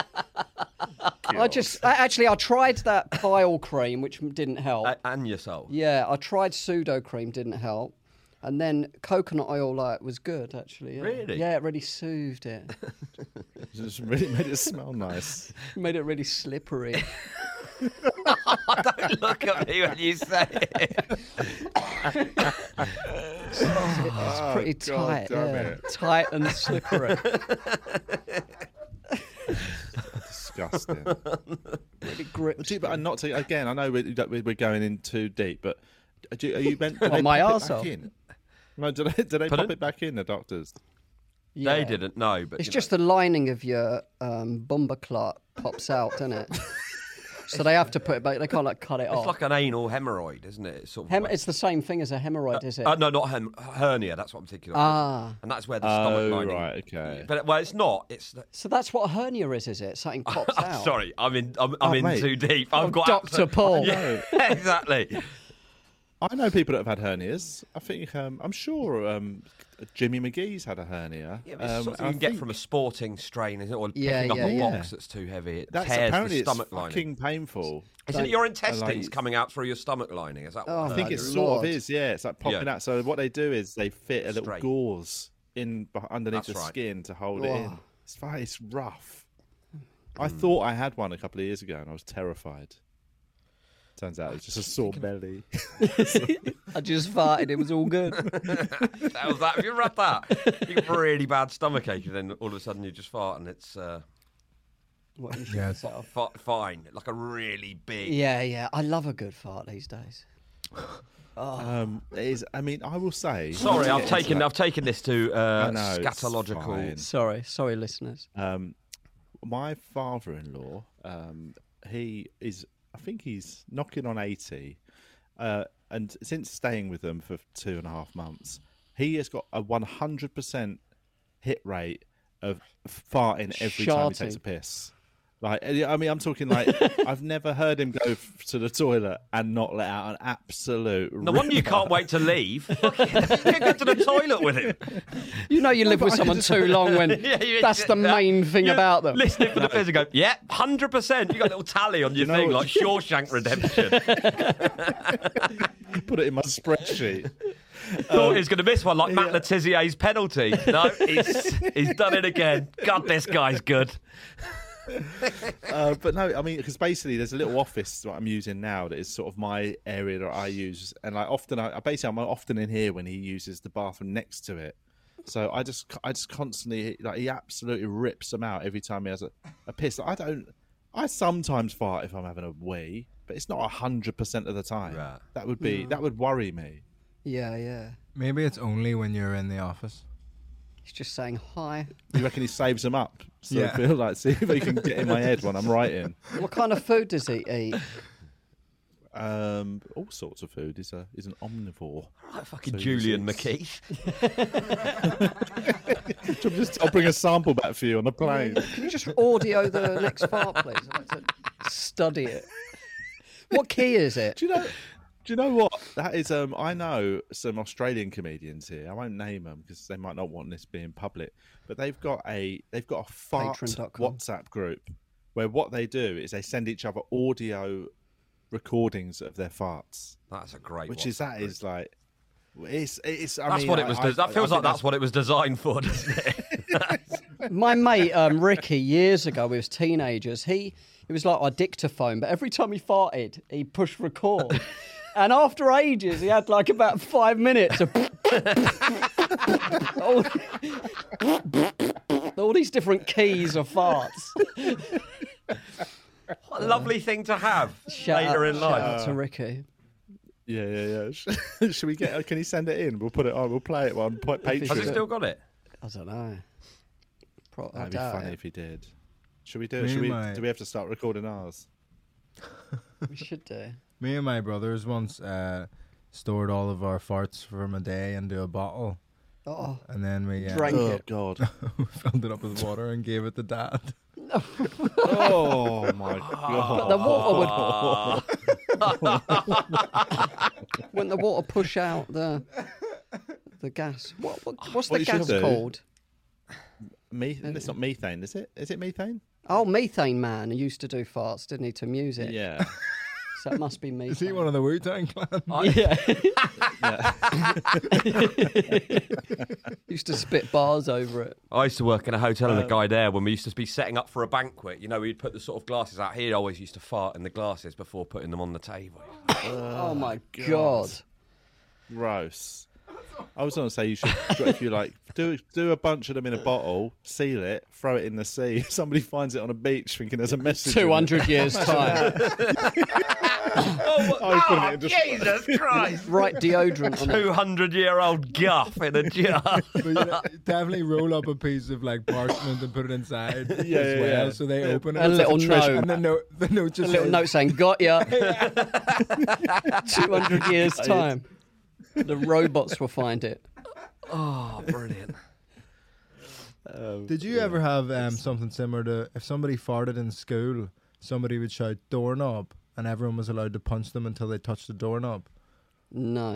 S6: I, I just I- actually I tried that pile cream, which m- didn't help.
S7: A- and yourself.
S6: yeah, I tried pseudo cream, didn't help, and then coconut oil like was good actually. yeah.
S7: Really?
S6: Yeah, it really soothed it.
S3: Just really made it smell nice.
S6: Made it really slippery.
S7: Look at me when you say it.
S6: It's pretty
S3: Oh,
S6: tight.
S3: God damn
S6: yeah.
S3: it.
S6: Tight and slippery.
S3: Disgusting.
S6: really grips.
S3: Do you, but not to again. I know we- that we- we're going in too deep, but uh, do, you- are you meant? Do they
S6: my
S3: pop it back
S6: arsehole?
S3: in? No, do they, do they pop
S7: Pardon?
S3: it back in? The doctors.
S7: They
S6: Yeah.
S7: didn't know, but
S6: It's
S7: you know.
S6: just the lining of your um, bumper clot pops out, doesn't it? so they have to put it back. They can't like cut it
S7: It's
S6: off.
S7: like an anal hemorrhoid, isn't it? It's sort of
S6: Hem-
S7: like-
S6: it's the same thing as a hemorrhoid, is it?
S7: Uh, no, not hem- hernia. That's what I'm thinking of.
S6: Ah.
S7: And that's where the
S3: Oh,
S7: stomach lining.
S3: right, okay.
S7: But well, it's not. It's. the-
S6: so that's what a hernia is, is it? Something pops
S7: I'm
S6: out.
S7: sorry, I'm in. I'm, I'm
S3: Oh,
S7: in
S3: mate.
S7: too deep. I've got
S6: Dr.
S7: absolute-
S6: Paul.
S7: Yeah, exactly.
S3: I know people that have had hernias. I think um, I'm sure um, Jimmy McGee's had a hernia.
S7: Yeah, but it's
S3: Um, I
S7: something you can get
S3: think
S7: from a sporting strain, isn't it? Or
S6: Yeah,
S7: picking up a
S6: yeah,
S7: box
S3: yeah.
S7: that's too heavy. It
S3: That's
S7: tears
S3: apparently
S7: the stomach
S3: it's
S7: lining.
S3: fucking painful.
S7: Isn't it your intestines
S3: like-
S7: coming out through your stomach lining? Is that?
S6: Oh,
S7: what
S3: I think
S6: my
S3: it sort
S6: lord.
S3: of is. Yeah, it's like popping
S7: Yeah.
S3: out. So what they do is they fit a little
S7: Straight.
S3: gauze in beh- underneath
S7: That's
S3: the
S7: right.
S3: skin to hold it in.
S6: Wow.
S3: It's fi- it's rough. I thought I had one a couple of years ago, and I was terrified. Turns out it's just a sore belly.
S6: I just farted. It was all good.
S7: that was that. Have you read that? You get really bad stomach ache, and then all of a sudden you just fart, and it's uh,
S6: What you
S5: Yeah,
S6: should
S5: it's-
S6: set off.
S7: fa- fine, like a really big.
S6: yeah, yeah. I love a good fart these days.
S3: Um, it is. I mean, I will say.
S7: Sorry,
S3: Yeah,
S7: I've
S3: it's
S7: taken
S3: like-
S7: I've taken this to
S3: I
S7: uh,
S3: know, it's
S7: scatological.
S3: fine.
S6: Sorry, sorry, listeners.
S7: Uh,
S3: Um, my father-in-law, um, he is, I think he's knocking on eighty, uh, and since staying with them for two and a half months, he has got a one hundred percent hit rate of farting every time he takes
S6: Sharting.
S3: a piss. Like, uh, I mean, I'm talking like I've never heard him go f- to the toilet and not let out an absolute.
S7: No wonder you
S3: ripper.
S7: can't wait to leave. Fuck it. you can't go to the toilet with him.
S6: You know, you live with
S3: I
S6: someone too long when
S7: Yeah, you-
S6: that's the
S7: that-
S6: main thing
S7: you
S6: about them.
S7: Listening for the fizz and go, yeah, 100%. You got a little tally on your
S3: know
S7: thing,
S3: what-
S7: like Shawshank Redemption.
S3: Put it in my spreadsheet.
S7: Thought he was going to miss one, like Matt Letizier's penalty. No, he's, he's done it again. God, this guy's good.
S3: uh, but no, I mean, because basically there's a little office that I'm using now that is sort of my area that I use, and like often I I basically I'm often in here when he uses the bathroom next to it. So I just I just constantly like he absolutely rips them out every time he has a, a piss. I don't. I sometimes fart if I'm having a wee, but it's not hundred percent of the time.
S7: Right.
S3: That would be that would worry me.
S6: Yeah, yeah.
S5: Maybe it's only when you're in the office.
S6: He's just saying hi.
S3: You reckon he saves them up? So
S5: Yeah.
S3: I feel like see if he can get in my head when I'm writing.
S6: What kind of food does he eat?
S3: Um, all sorts of food. He's a he's an omnivore.
S7: Like fucking
S3: So you
S7: Julian
S3: see-
S7: McKeith.
S3: I'll just- I'll bring a sample back for you on the plane.
S6: Can you just audio the next part, please? I'd like to study it. What key is it?
S3: Do you know? Do you know what that is? Um, I know some Australian comedians here. I won't name them because they might not want this being public. But they've got a they've got a fart
S6: Patreon.com.
S3: WhatsApp group where what they do is they send each other audio recordings of their farts,
S7: That's a great
S3: which
S7: one.
S3: is that is like it's it's. I
S7: That's
S3: mean,
S7: what it
S3: I-
S7: was.
S3: I-
S7: that feels
S3: I
S7: like
S3: think
S7: that's what it was designed for, doesn't it?
S6: My mate um, Ricky, years ago, we was teenagers. He it was like our dictaphone, but every time he farted, he pushed record. And after ages, he had like about five minutes of all, all these different keys of farts.
S7: What a lovely thing to have
S6: Shout
S7: later
S6: out-
S7: in
S6: shout
S7: life.
S6: out to Ricky.
S3: Yeah, yeah, yeah. Should we get? Can he send it in? We'll put it on. We'll play it on Pa- Patreon.
S7: Has it still got it?
S6: I don't know. Pro- I
S3: That'd be
S6: doubt
S3: funny
S6: it.
S3: if he did. Should we
S5: Me
S3: do it? Should
S5: and
S3: we,
S5: my-
S3: Do we have to start recording ours?
S6: We should do.
S5: Me and my brothers once uh, stored all of our farts from a day into a bottle,
S6: Oh,
S5: and then we uh,
S6: Drank
S3: Oh
S6: it.
S3: God!
S5: filled it up with water and gave it to dad.
S3: oh my God!
S6: the water would Wouldn't the water push out the the gas? What, what what's
S3: What
S6: the
S3: you should
S6: gas
S3: do-
S6: called?
S3: Me- it's not methane, is it? Is it methane?
S6: Oh, Methane Man used to do farts, didn't he, to music?
S3: Yeah.
S6: So that must be methane.
S5: Is he one of the Wu Tang Clan?
S6: yeah. used to spit bars over it.
S7: I used to work in a hotel,
S3: Uh,
S7: and the guy there, when we used to be setting up for a banquet, you know, we'd put the sort of glasses out. He always used to fart in the glasses before putting them on the table.
S6: Oh, my god.
S3: Gross. I was going to say you should, if you like, do do a bunch of them in a bottle, seal it, throw it in the sea. Somebody finds it on a beach, thinking there's a message. in it.
S6: Two hundred years time.
S7: oh,
S3: I couldn't even just-
S7: Jesus Christ!
S6: right deodorant on it.
S7: 200 year old guff in a jar.
S5: But you know, definitely roll up a piece of like parchment and put it inside as
S3: yeah,
S5: well,
S3: yeah.
S5: so they open it.
S6: A
S5: It's like
S6: little
S5: treasure-
S6: note.
S5: and the note, the note just
S6: A little
S5: says,
S6: note saying, "Got ya." Two hundred years time, the robots will find it.
S7: oh, brilliant.
S5: Did you ever have um, something similar to if somebody farted in school, somebody would shout doorknob, and everyone was allowed to punch them until they touched the doorknob?
S6: No.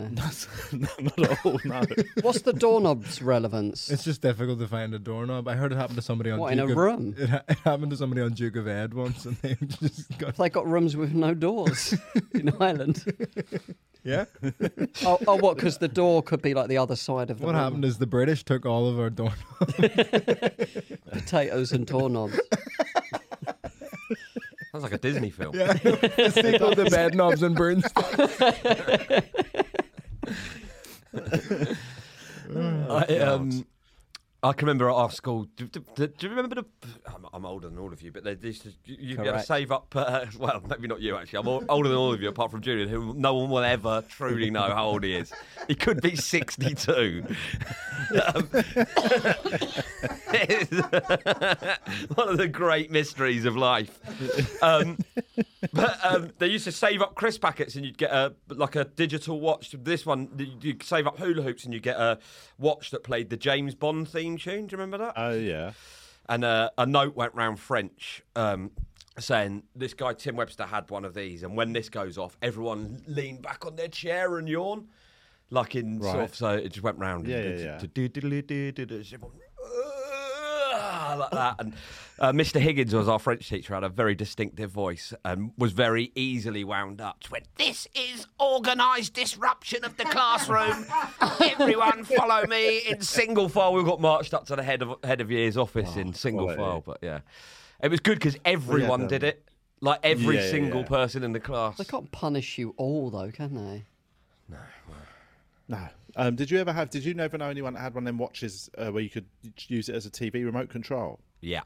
S3: no, not at all. No.
S6: What's the doorknob's relevance?
S5: It's just difficult to find a doorknob. I heard it happened to somebody on
S6: What, in
S5: Duke
S6: a
S5: of,
S6: room?
S5: It, ha- it happened to somebody on Duke of Ed once, and they just got
S6: they got rooms with no doors in Ireland.
S5: yeah.
S6: Oh, oh what? Because the door could be like the other side of the
S5: What
S6: room.
S5: happened is the British took all of our doorknobs.
S6: Potatoes and doorknobs.
S7: Sounds like a Disney film.
S5: they called the bed knobs and broomsticks.
S7: I, um, I can remember at our school. Do, do, do, do you remember the? I'm, I'm older than all of you, but they they used to, you, you'd be able to
S6: Correct.
S7: save up. Uh, well, maybe not you actually. I'm all, older than all of you, apart from Julian, who no one will ever truly know how old he is. He could be 62. Um, it is one of the great mysteries of life. Um, but um, they used to save up crisp packets, and you'd get a like a digital watch. This one, you would save up hula hoops, and you get a watch that played the James Bond theme tune. Do you remember that?
S3: Oh yeah.
S7: and uh, a note went round French um, saying this guy Tim Webster had one of these, and when this goes off, everyone lean back on their chair and yawn, like in sort
S3: Right.
S7: of. So it just went round.
S3: Yeah,
S7: and-
S3: yeah, yeah.
S7: to do- do- do- do- do- do- everyone, "Ah," Like that, and uh, Mr. Higgins was our French teacher. Had a very distinctive voice and was very easily wound up. Just Went, this is organised disruption of the classroom. Everyone, follow me in single file. We got marched up to the head of head of year's office in single
S3: Ah, quality.
S7: file, but yeah. It was good because everyone did it. Like every
S3: Yeah, yeah,
S7: single
S3: yeah.
S7: person in the class.
S6: They can't punish you all though, can they?
S3: No. Um, did you ever have? Did you never know anyone that had one of them watches uh, where you could use it as a TV remote control?
S7: Yeah.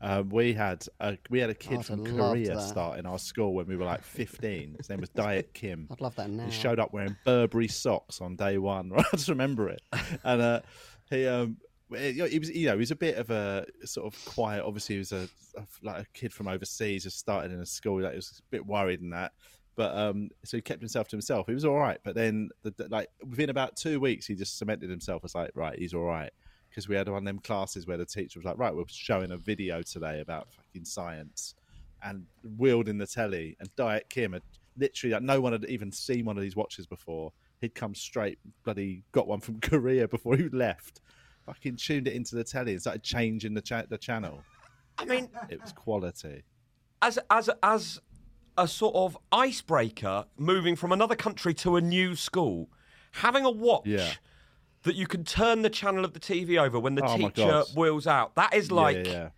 S3: Uh, we had a we had a kid
S6: I'd
S3: from
S6: have Oh, loved
S3: Korea
S6: that.
S3: start in our school when we were like 15. His name was Diet Kim.
S6: I'd love that now.
S3: He showed up wearing Burberry socks on day one. I just remember it. And uh, he, um, he he was, you know, he was a bit of a sort of quiet. Obviously, he was a, a- like a kid from overseas, just started in a school. Like, he was a bit worried and that. But um, so he kept himself to himself. He was all right. But then, the, the- like within about two weeks, he just cemented himself as like, right, he's all right. Because we had one of them classes where the teacher was like, right, we're showing a video today about fucking science and wielding the telly and Diet Kim had literally like no one had even seen one of these watches before. He'd come straight, bloody got one from Korea before he left. Fucking tuned it into the telly and started changing the cha- the channel.
S7: I mean,
S3: It was quality.
S7: as as as a sort of icebreaker moving from another country to a new school having a watch
S3: Yeah.
S7: that you can turn the channel of the TV over when the
S3: Oh my
S7: teacher
S3: God.
S7: wheels out that is
S3: Yeah,
S7: like
S3: yeah, yeah.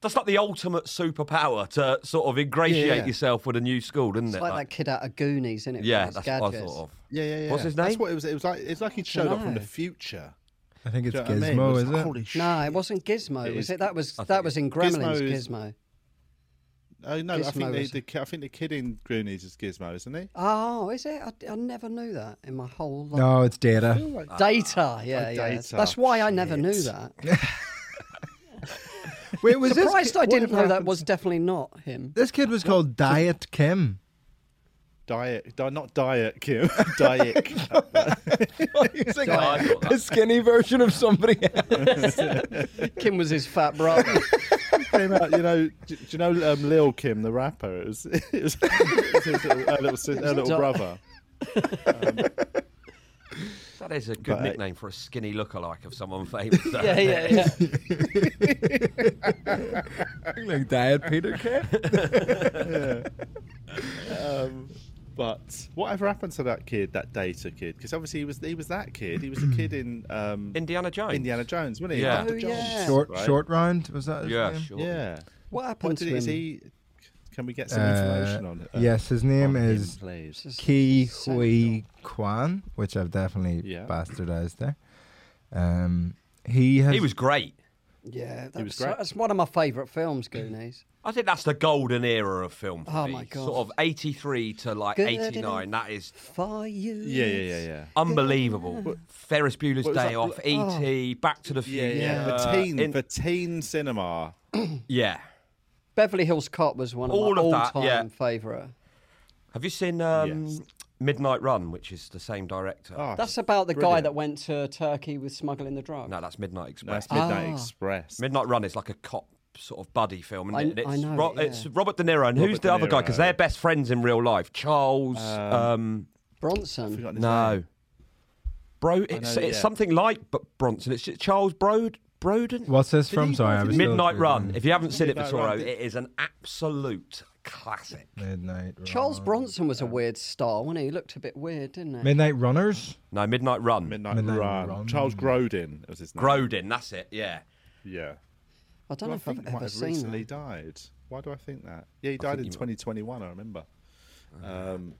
S7: that's like the ultimate superpower to sort of ingratiate
S3: yeah.
S7: yourself with a new school isn't
S6: It's
S7: it
S6: like that kid out of Goonies, isn't it? with
S7: yeah
S6: his
S7: that's what I
S6: gadgets.
S7: thought of
S3: Yeah, yeah, yeah.
S7: What's his
S3: That's
S7: name?
S3: what it was. It was like it's like he showed up from the
S6: know.
S3: future.
S5: I think it's
S3: Do you know what I mean?
S5: Gizmo,
S3: was
S5: is
S3: like,
S5: it?
S3: Holy shit.
S6: No, it wasn't Gizmo,
S3: It
S6: was
S3: is-
S6: it? That was
S7: I
S6: that
S7: think
S6: was in Gremlins.
S3: Gizmo is-
S6: Gizmo.
S3: Oh no, I
S6: Gizmo
S3: think the,
S6: was-
S3: the ki- I think the kid in Goonies is Gizmo, isn't he?
S6: Oh, is it? I, I never knew that in my whole life.
S5: No, Oh, it's Data.
S6: Data, yeah,
S3: Oh,
S6: yeah.
S3: data,
S6: That's why I never knew
S3: shit.
S6: that.
S5: Wait, was
S6: Surprised I
S5: what
S6: didn't know that
S5: happened-
S6: was definitely not him.
S5: This kid was called Diet Kim.
S3: Diet, di- not Diet Kim, Diet.
S5: He's like
S7: Yeah, I thought that.
S5: a skinny version of somebody else.
S6: Kim was his fat brother.
S3: came out, you know, do, do you know um, Lil Kim, the rapper? It was, it was, it was his little, her little, sis- her little brother.
S7: that is a good
S3: But-
S7: nickname for a skinny lookalike of someone famous though.
S6: yeah, yeah, yeah.
S5: like Diet Peter Kim.
S3: But whatever happened to that kid, that data kid? Because obviously he was he was that kid. He was the kid in um,
S7: Indiana Jones
S3: Indiana Jones, wasn't he?
S7: Yeah.
S3: Dr.
S6: Oh,
S3: Jones,
S6: yeah.
S5: Short,
S3: right?
S5: short round was that? His
S7: yeah
S5: name?
S7: sure
S3: Yeah.
S6: What
S3: What
S6: happened
S3: did
S6: to
S3: he, is
S6: him?
S3: he? Can we get some
S5: Uh,
S3: information on it?
S5: yes, his name
S3: on him,
S5: is
S3: please.
S5: Ki
S6: Sensational.
S5: Hui Kwan, which I've definitely
S3: Yeah.
S5: bastardized there. Um, he has.
S7: he was great
S6: Yeah, that
S3: was
S6: was
S3: great.
S6: that's one of my favourite films, Goonies.
S7: I think that's the golden era of film. For
S6: Oh,
S7: me.
S6: my God.
S7: Sort of eighty three to like
S6: Good
S7: eighty nine.
S6: enough.
S7: That is
S6: Fire.
S3: Yeah, yeah, yeah, yeah.
S7: Unbelievable. Ferris Bueller's
S3: What was
S7: Day
S3: that?
S7: Off, E.T., Back to the
S3: Yeah,
S7: Future.
S3: yeah, Uh, for teen,
S7: in-
S3: for teen cinema.
S7: yeah.
S6: Beverly Hills Cop was one of
S7: All
S6: my
S7: of that,
S6: all-time
S7: yeah.
S6: favourite.
S7: Have you seen um,
S3: Yes.
S7: Midnight Run, which is the same director?
S3: Oh,
S6: That's about the guy
S3: brilliant.
S6: that went to Turkey with smuggling the drugs.
S7: No, that's Midnight
S3: No,
S7: Express.
S3: it's uh, Midnight
S6: Ah.
S3: Express.
S7: Midnight Run is like a cop sort of buddy film.
S6: I-
S7: Isn't it?
S6: I
S7: it's
S6: know
S7: Ro-
S6: it, yeah.
S7: It's Robert De Niro. And who's
S3: Robert
S7: the
S3: De
S7: other guy? Because
S3: Niro.
S7: they're best friends in real life. Charles. Um,
S6: Bronson.
S3: Forgotten his
S7: no.
S3: name.
S7: Bro, it's,
S3: know,
S7: it's
S3: yeah.
S7: something like but Bronson. It's Charles Brode, Broden.
S5: What's this from? Sorry, I was still
S7: Midnight
S5: reading.
S7: Run. If you haven't seen it,
S3: Midnight
S7: Vittorio,
S3: Run.
S7: it is an absolute classic.
S5: Midnight.
S6: Charles
S5: Run.
S6: Bronson was a weird star, wasn't he? He looked a bit weird, didn't he?
S5: Midnight Runners.
S7: No, Midnight Run.
S3: Midnight,
S5: Midnight
S3: Run.
S5: Run.
S3: Charles Grodin was his name.
S7: Grodin, that's it, yeah.
S3: Yeah.
S6: I don't
S3: Who
S6: know
S3: I
S6: if I've
S3: think might
S6: ever
S3: have
S6: seen
S3: recently
S6: that.
S3: died. Why do I think that? Yeah, he died in 2021. I remember.
S6: Ah.
S3: Um,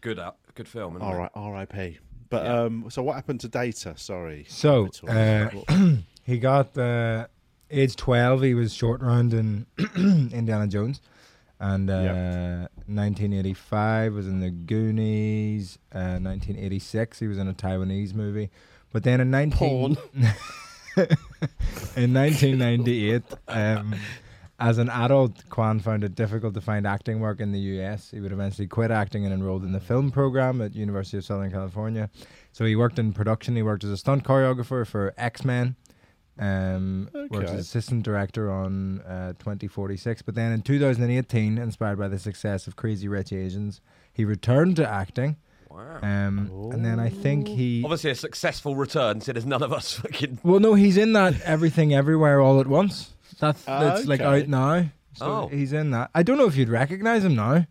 S7: Good up, good film. Isn't
S3: all
S7: it?
S3: right, R.I.P. But um, so what happened to Data? Sorry.
S5: So
S3: Vittorio.
S5: uh, he got uh, age twelve. He was short round in Indiana Jones, and uh,
S3: Yep.
S5: 1985 was in the Goonies. Uh, 1986 he was in a Taiwanese movie, but then in 19
S6: Porn.
S5: in 1998. Um, as an adult, Kwan found it difficult to find acting work in the US. He would eventually quit acting and enrolled in the film program at University of Southern California. So he worked in production. He worked as a stunt choreographer for X Men. Um, Worked
S3: Okay.
S5: as assistant director on uh, 2046. But then in 2018, inspired by the success of Crazy Rich Asians, he returned to acting.
S7: Wow. Oh.
S5: Um, and then I think he
S7: Obviously a successful return, so there's none of us fucking
S5: well, no, he's in that everything everywhere all at once. That's
S3: Ah,
S5: that's like
S3: okay.
S5: out now. So
S7: Oh.
S5: he's in that. I don't know if you'd recognize him now.
S6: I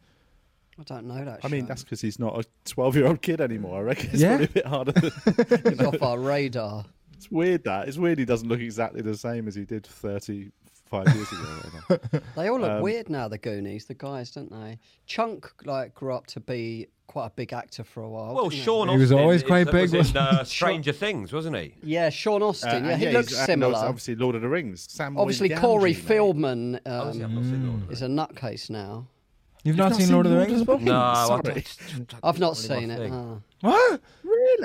S6: don't know that.
S3: I mean,
S6: show.
S3: that's because he's not a 12 year old kid anymore. I reckon it's
S5: Yeah.
S3: probably a bit harder. Than,
S6: He's off our radar.
S3: it's weird that. It's weird he doesn't look exactly the same as he did 35 five years ago. whatever.
S6: They all look
S3: Um,
S6: weird now, the Goonies, the guys, don't they? Chunk like grew up to be quite a big actor for a while.
S7: Well,
S6: didn't he?
S7: Sean
S5: He was
S7: Austin
S5: always
S7: is-
S5: quite
S7: was
S5: big,
S7: in
S5: wasn't
S7: uh, Stranger Things, wasn't he?
S6: Yeah, Sean Austin.
S3: Uh,
S6: yeah,
S3: and
S6: he
S3: he's-
S6: looks
S3: and
S6: similar.
S3: also,
S6: Obviously,
S3: Obviously, Lord of the Rings. Sam Woygamji,
S6: Corey
S3: mate.
S6: Feldman um,
S7: Obviously, I've not seen all of
S6: is
S7: it.
S6: a nutcase now.
S5: You've not, seen Lord of the Rings?
S3: Rings?
S7: No, I,
S3: Sorry.
S7: it's- it's-
S6: I've not
S7: really my
S6: seen it. Uh,
S7: thing.
S6: huh.
S5: What?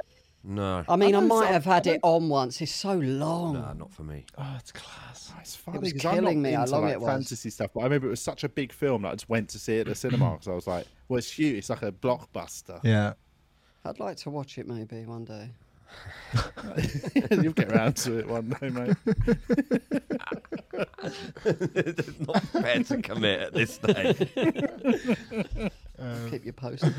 S7: No,
S6: I mean, I, might have had it on once. It's so long.
S7: no, not for me.
S5: Oh, it's class.
S3: It's funny
S6: was
S3: 'cause I'm
S6: killing
S3: not
S6: me how
S3: into,
S6: long
S3: like,
S6: it was.
S3: Fantasy stuff, but I remember it was such a big film. that I just went to see it at the cinema because I was like, "Well, it's huge. It's like a blockbuster.
S5: Yeah.
S6: I'd like to watch it maybe one day.
S3: You'll get around to it one day, mate." Oh,
S7: it's not fair to commit at this stage.
S6: Keep you posted.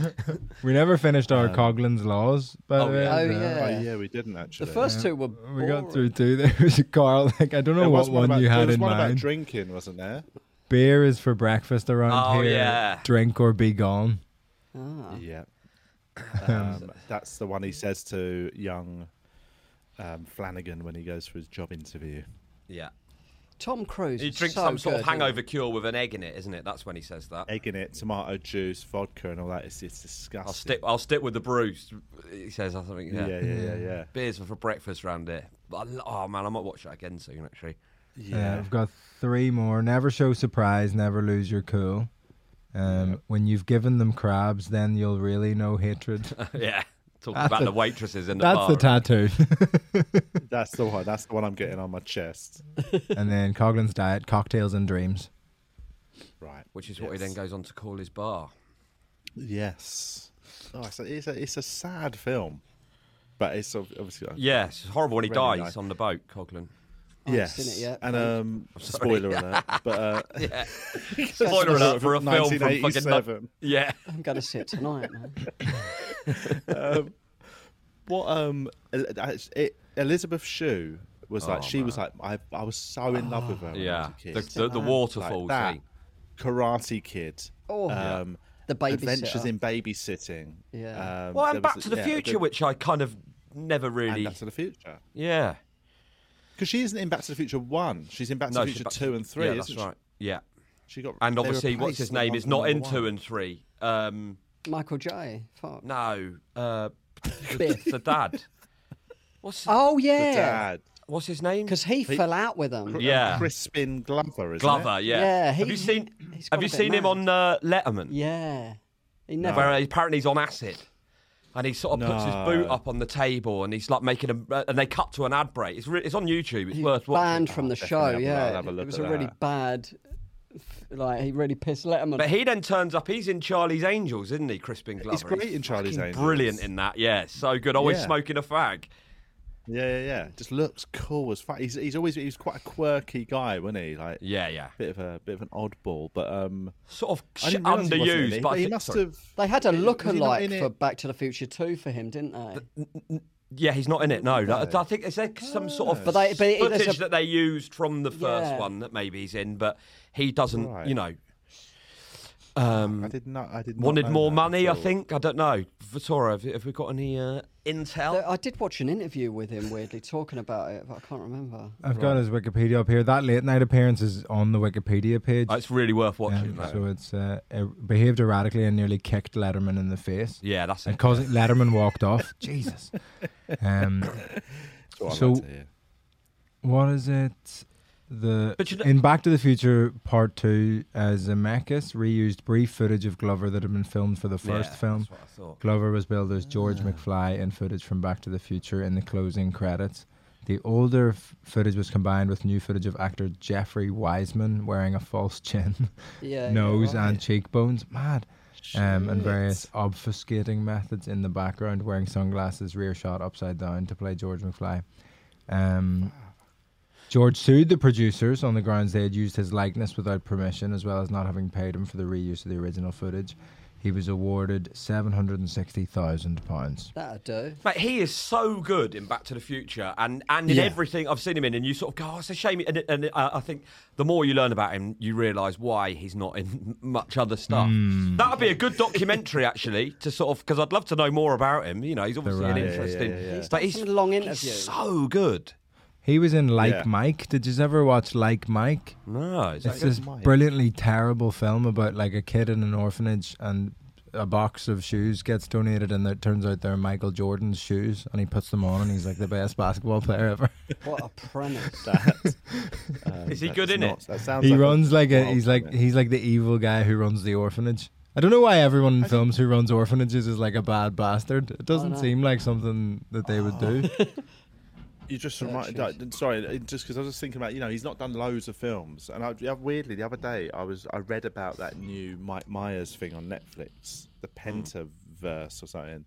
S5: We never finished our Coglin's Laws, by
S7: oh,
S5: the way.
S7: yeah.
S6: oh,
S5: but
S6: yeah.
S3: Oh yeah, we didn't
S6: The
S3: actually.
S6: first two were.
S5: We got
S6: boring.
S5: Oh through two. There was a Carl, like, I don't know
S3: There was
S5: what one
S3: about-
S5: you
S3: there
S5: had
S3: was
S5: in
S3: one about
S5: mind.
S3: drinking, wasn't there?
S5: Beer is for breakfast around
S7: Oh,
S5: here.
S7: yeah.
S5: Drink or be gone.
S6: Uh-huh.
S3: Yeah. Um, that's the one he says to young um, Flanagan when he goes for his job interview.
S7: Yeah,
S6: Tom Cruise.
S7: he
S6: is
S7: drinks
S6: so
S7: some sort of
S6: good, isn't he?
S7: hangover cure with an egg in it, isn't it? That's when he says that.
S3: Egg in it, tomato juice, vodka, and all that. It's, it's disgusting.
S7: I'll stick. I'll stick with the brews. He says. I think.
S3: Yeah,
S7: Yeah.
S3: yeah, yeah,
S6: Mm.
S3: yeah.
S7: Beers for breakfast round here. I lo- Oh man, I might watch that again soon. Actually,
S5: Yeah. Uh, I've got three more. Never show surprise, never lose your cool. Um, When you've given them crabs, then you'll really know hatred.
S7: yeah. Talking
S5: That's
S7: about
S5: a-
S7: the waitresses in the
S5: That's
S7: bar.
S5: the tattoo.
S3: That's the one. That's the one I'm getting on my chest.
S5: and then Coglin's Diet, Cocktails and Dreams.
S3: Right.
S7: Which is what he then
S3: Yes.
S7: goes on to call his bar.
S3: Yes. Oh, it's a, it's a it's a sad film, but it's ob- obviously like,
S7: Yeah, it's horrible when he
S3: Really
S7: dies
S3: nice.
S7: on the boat, Coglin.
S6: I haven't
S3: yes.
S6: seen it yet,
S3: and
S6: thank
S3: um, spoiler alert, but uh,
S7: Yeah. Spoiler alert for a film from fucking. nu-
S3: 1987.
S7: Yeah.
S6: I'm going to see it tonight, man.
S3: what um, El- that's- it, Elizabeth Shue was like she was like I I was so in love with her. When I was
S7: Oh, Yeah.
S3: a kid.
S7: The, the, the waterfall
S3: like that.
S7: thing.
S3: Karate Kid.
S6: Oh, yeah.
S3: um,
S6: The babysitter.
S3: Adventures in Babysitting.
S6: Yeah.
S3: Um,
S7: Well,
S3: there
S7: and Back
S3: was-
S7: to the
S3: yeah,
S7: Future,
S3: the-
S7: which I kind of never
S3: and
S7: really.
S3: Back to the Future.
S7: Yeah.
S3: Because she isn't in Back to the Future one. She's in Back to
S7: No,
S3: the
S7: she's
S3: Future
S7: Back to-
S3: two and three.
S7: Yeah,
S3: isn't
S7: that's
S3: she?
S7: right. Yeah.
S3: She got
S7: And
S3: they
S7: obviously, what's
S3: replaced
S7: his
S3: the
S7: name
S3: one
S7: is
S3: from
S7: not
S3: number
S7: in two
S3: one.
S7: and three. Um,
S6: Michael J. Fuck.
S7: no. Uh, the,
S6: Biff.
S7: the dad. What's
S6: Oh,
S3: The
S6: yeah.
S3: dad, um,
S7: what's his name?
S6: Because he, fell out with them.
S7: Yeah.
S3: Crispin Glover, is
S7: Glover. Yeah.
S6: Yeah,
S7: have you
S6: he's-
S7: seen?
S6: he's
S7: Have
S6: gone
S7: you
S6: a bit
S7: seen him
S6: mad.
S7: on uh, Letterman?
S6: Yeah. He never.
S7: Where apparently he's on acid. And he sort of puts his
S3: No.
S7: boot up on the table, and he's like making a. uh, And they cut to an ad break. It's re- it's on YouTube. It's worth watching.
S6: banned from the
S3: Oh, definitely
S6: show.
S3: have a- I'll
S6: Yeah,
S3: have a
S6: it
S3: look
S6: was
S3: at
S6: a really
S3: that.
S6: bad. Like he really pissed Letterman.
S7: But he then turns up. He's in Charlie's Angels, isn't he, Crispin Glover?
S3: He's great in Charlie's
S7: fucking
S3: Angels.
S7: Brilliant in that. Yeah, so good. Always
S3: Yeah.
S7: smoking a fag.
S3: Yeah, yeah, yeah. Just looks cool as fuck. He's, he's always he was quite a quirky guy, wasn't he? Like
S7: Yeah, yeah.
S3: bit of a bit of an oddball, but um,
S7: Sort of
S3: I
S7: sh-
S3: didn't realise he wasn't in
S7: underused,
S3: it,
S7: but I
S3: he
S7: think-
S3: must
S7: sorry.
S3: have.
S6: they had a
S3: was he not in
S6: look-alike
S3: it?
S6: for Back to the Future Two for him, didn't they?
S7: Yeah, he's not in it. No, That- I think is there some sort of
S6: But they- but it- there's
S7: footage
S6: a-
S7: that they used from the first
S6: Yeah.
S7: one that maybe he's in, but he doesn't.
S3: Right.
S7: You know, Um,
S3: I did not. I did not
S7: wanted
S3: know
S7: more
S3: that
S7: money.
S3: at
S7: I
S3: all.
S7: think. I don't know. Vittoria, have, have we got any uh, intel?
S6: I did watch an interview with him, weirdly talking about it, but I can't remember.
S5: I've got his Wikipedia up here. That late night appearance is on the Wikipedia page.
S7: Oh, it's really worth watching.
S5: Um,
S7: though.
S5: so it's uh, it behaved erratically and nearly kicked Letterman in the face.
S7: yeah, that's
S5: And
S7: it.
S5: causing Letterman walked off. Jesus. Um,
S3: That's what I'd
S5: So-
S3: like to hear.
S5: what is it? The
S7: But you know-
S5: in Back to the Future Part Two, uh, Zemeckis reused brief footage of Glover that had been filmed for the first
S7: Yeah,
S5: film.
S7: That's what I thought.
S5: Glover was billed as George McFly in footage from Back to the Future in the closing credits. The older f- footage was combined with new footage of actor Jeffrey Wiseman wearing a false chin,
S6: Yeah,
S5: nose,
S6: yeah, right.
S5: and cheekbones. Mad. Um, and various obfuscating methods in the background, wearing sunglasses, rear shot upside down to play George McFly. Um, George sued the producers on the grounds they had used his likeness without permission, as well as not having paid him for the reuse of the original footage. He was awarded seven hundred and sixty thousand pounds.
S6: That'd do.
S7: Mate, he is so good in Back to the Future and, and in
S5: Yeah.
S7: everything I've seen him in, and you sort of go, oh, it's a shame. And, and uh, I think the more you learn about him, you realise why he's not in much other stuff.
S5: Hmm.
S7: That would be a good documentary, actually, to sort of, because I'd love to know more about him. You know, he's obviously
S5: right.
S7: an
S5: Yeah,
S7: interesting.
S3: yeah, yeah, yeah.
S7: But
S6: He's
S7: he's
S6: done some long
S7: he's
S6: interviews.
S7: so good.
S5: He was in Like
S3: Yeah.
S5: Mike. Did you ever watch Like Mike?
S7: No, is that
S5: It's
S7: good?
S5: this brilliantly terrible film about like a kid in an orphanage and a box of shoes gets donated and it turns out they're Michael Jordan's shoes and he puts them on and he's like the best basketball player ever.
S6: What a premise.
S3: That, um,
S7: Is he
S3: that's
S7: good in
S3: not-
S7: it?
S3: That sounds
S5: he
S3: like
S5: runs like a
S3: wild
S5: he's like
S3: premise.
S5: he's like the evil guy who runs the orphanage. I don't know why everyone in films who runs orphanages is like a bad bastard.
S3: Oh,
S5: It doesn't
S6: know.
S5: seem like something that they would do.
S3: You just reminded. like, sorry, it- just because I was just thinking about you know he's not done loads of films, and I yeah, weirdly the other day I was I read about that new Mike Myers thing on Netflix, the Pentaverse or something,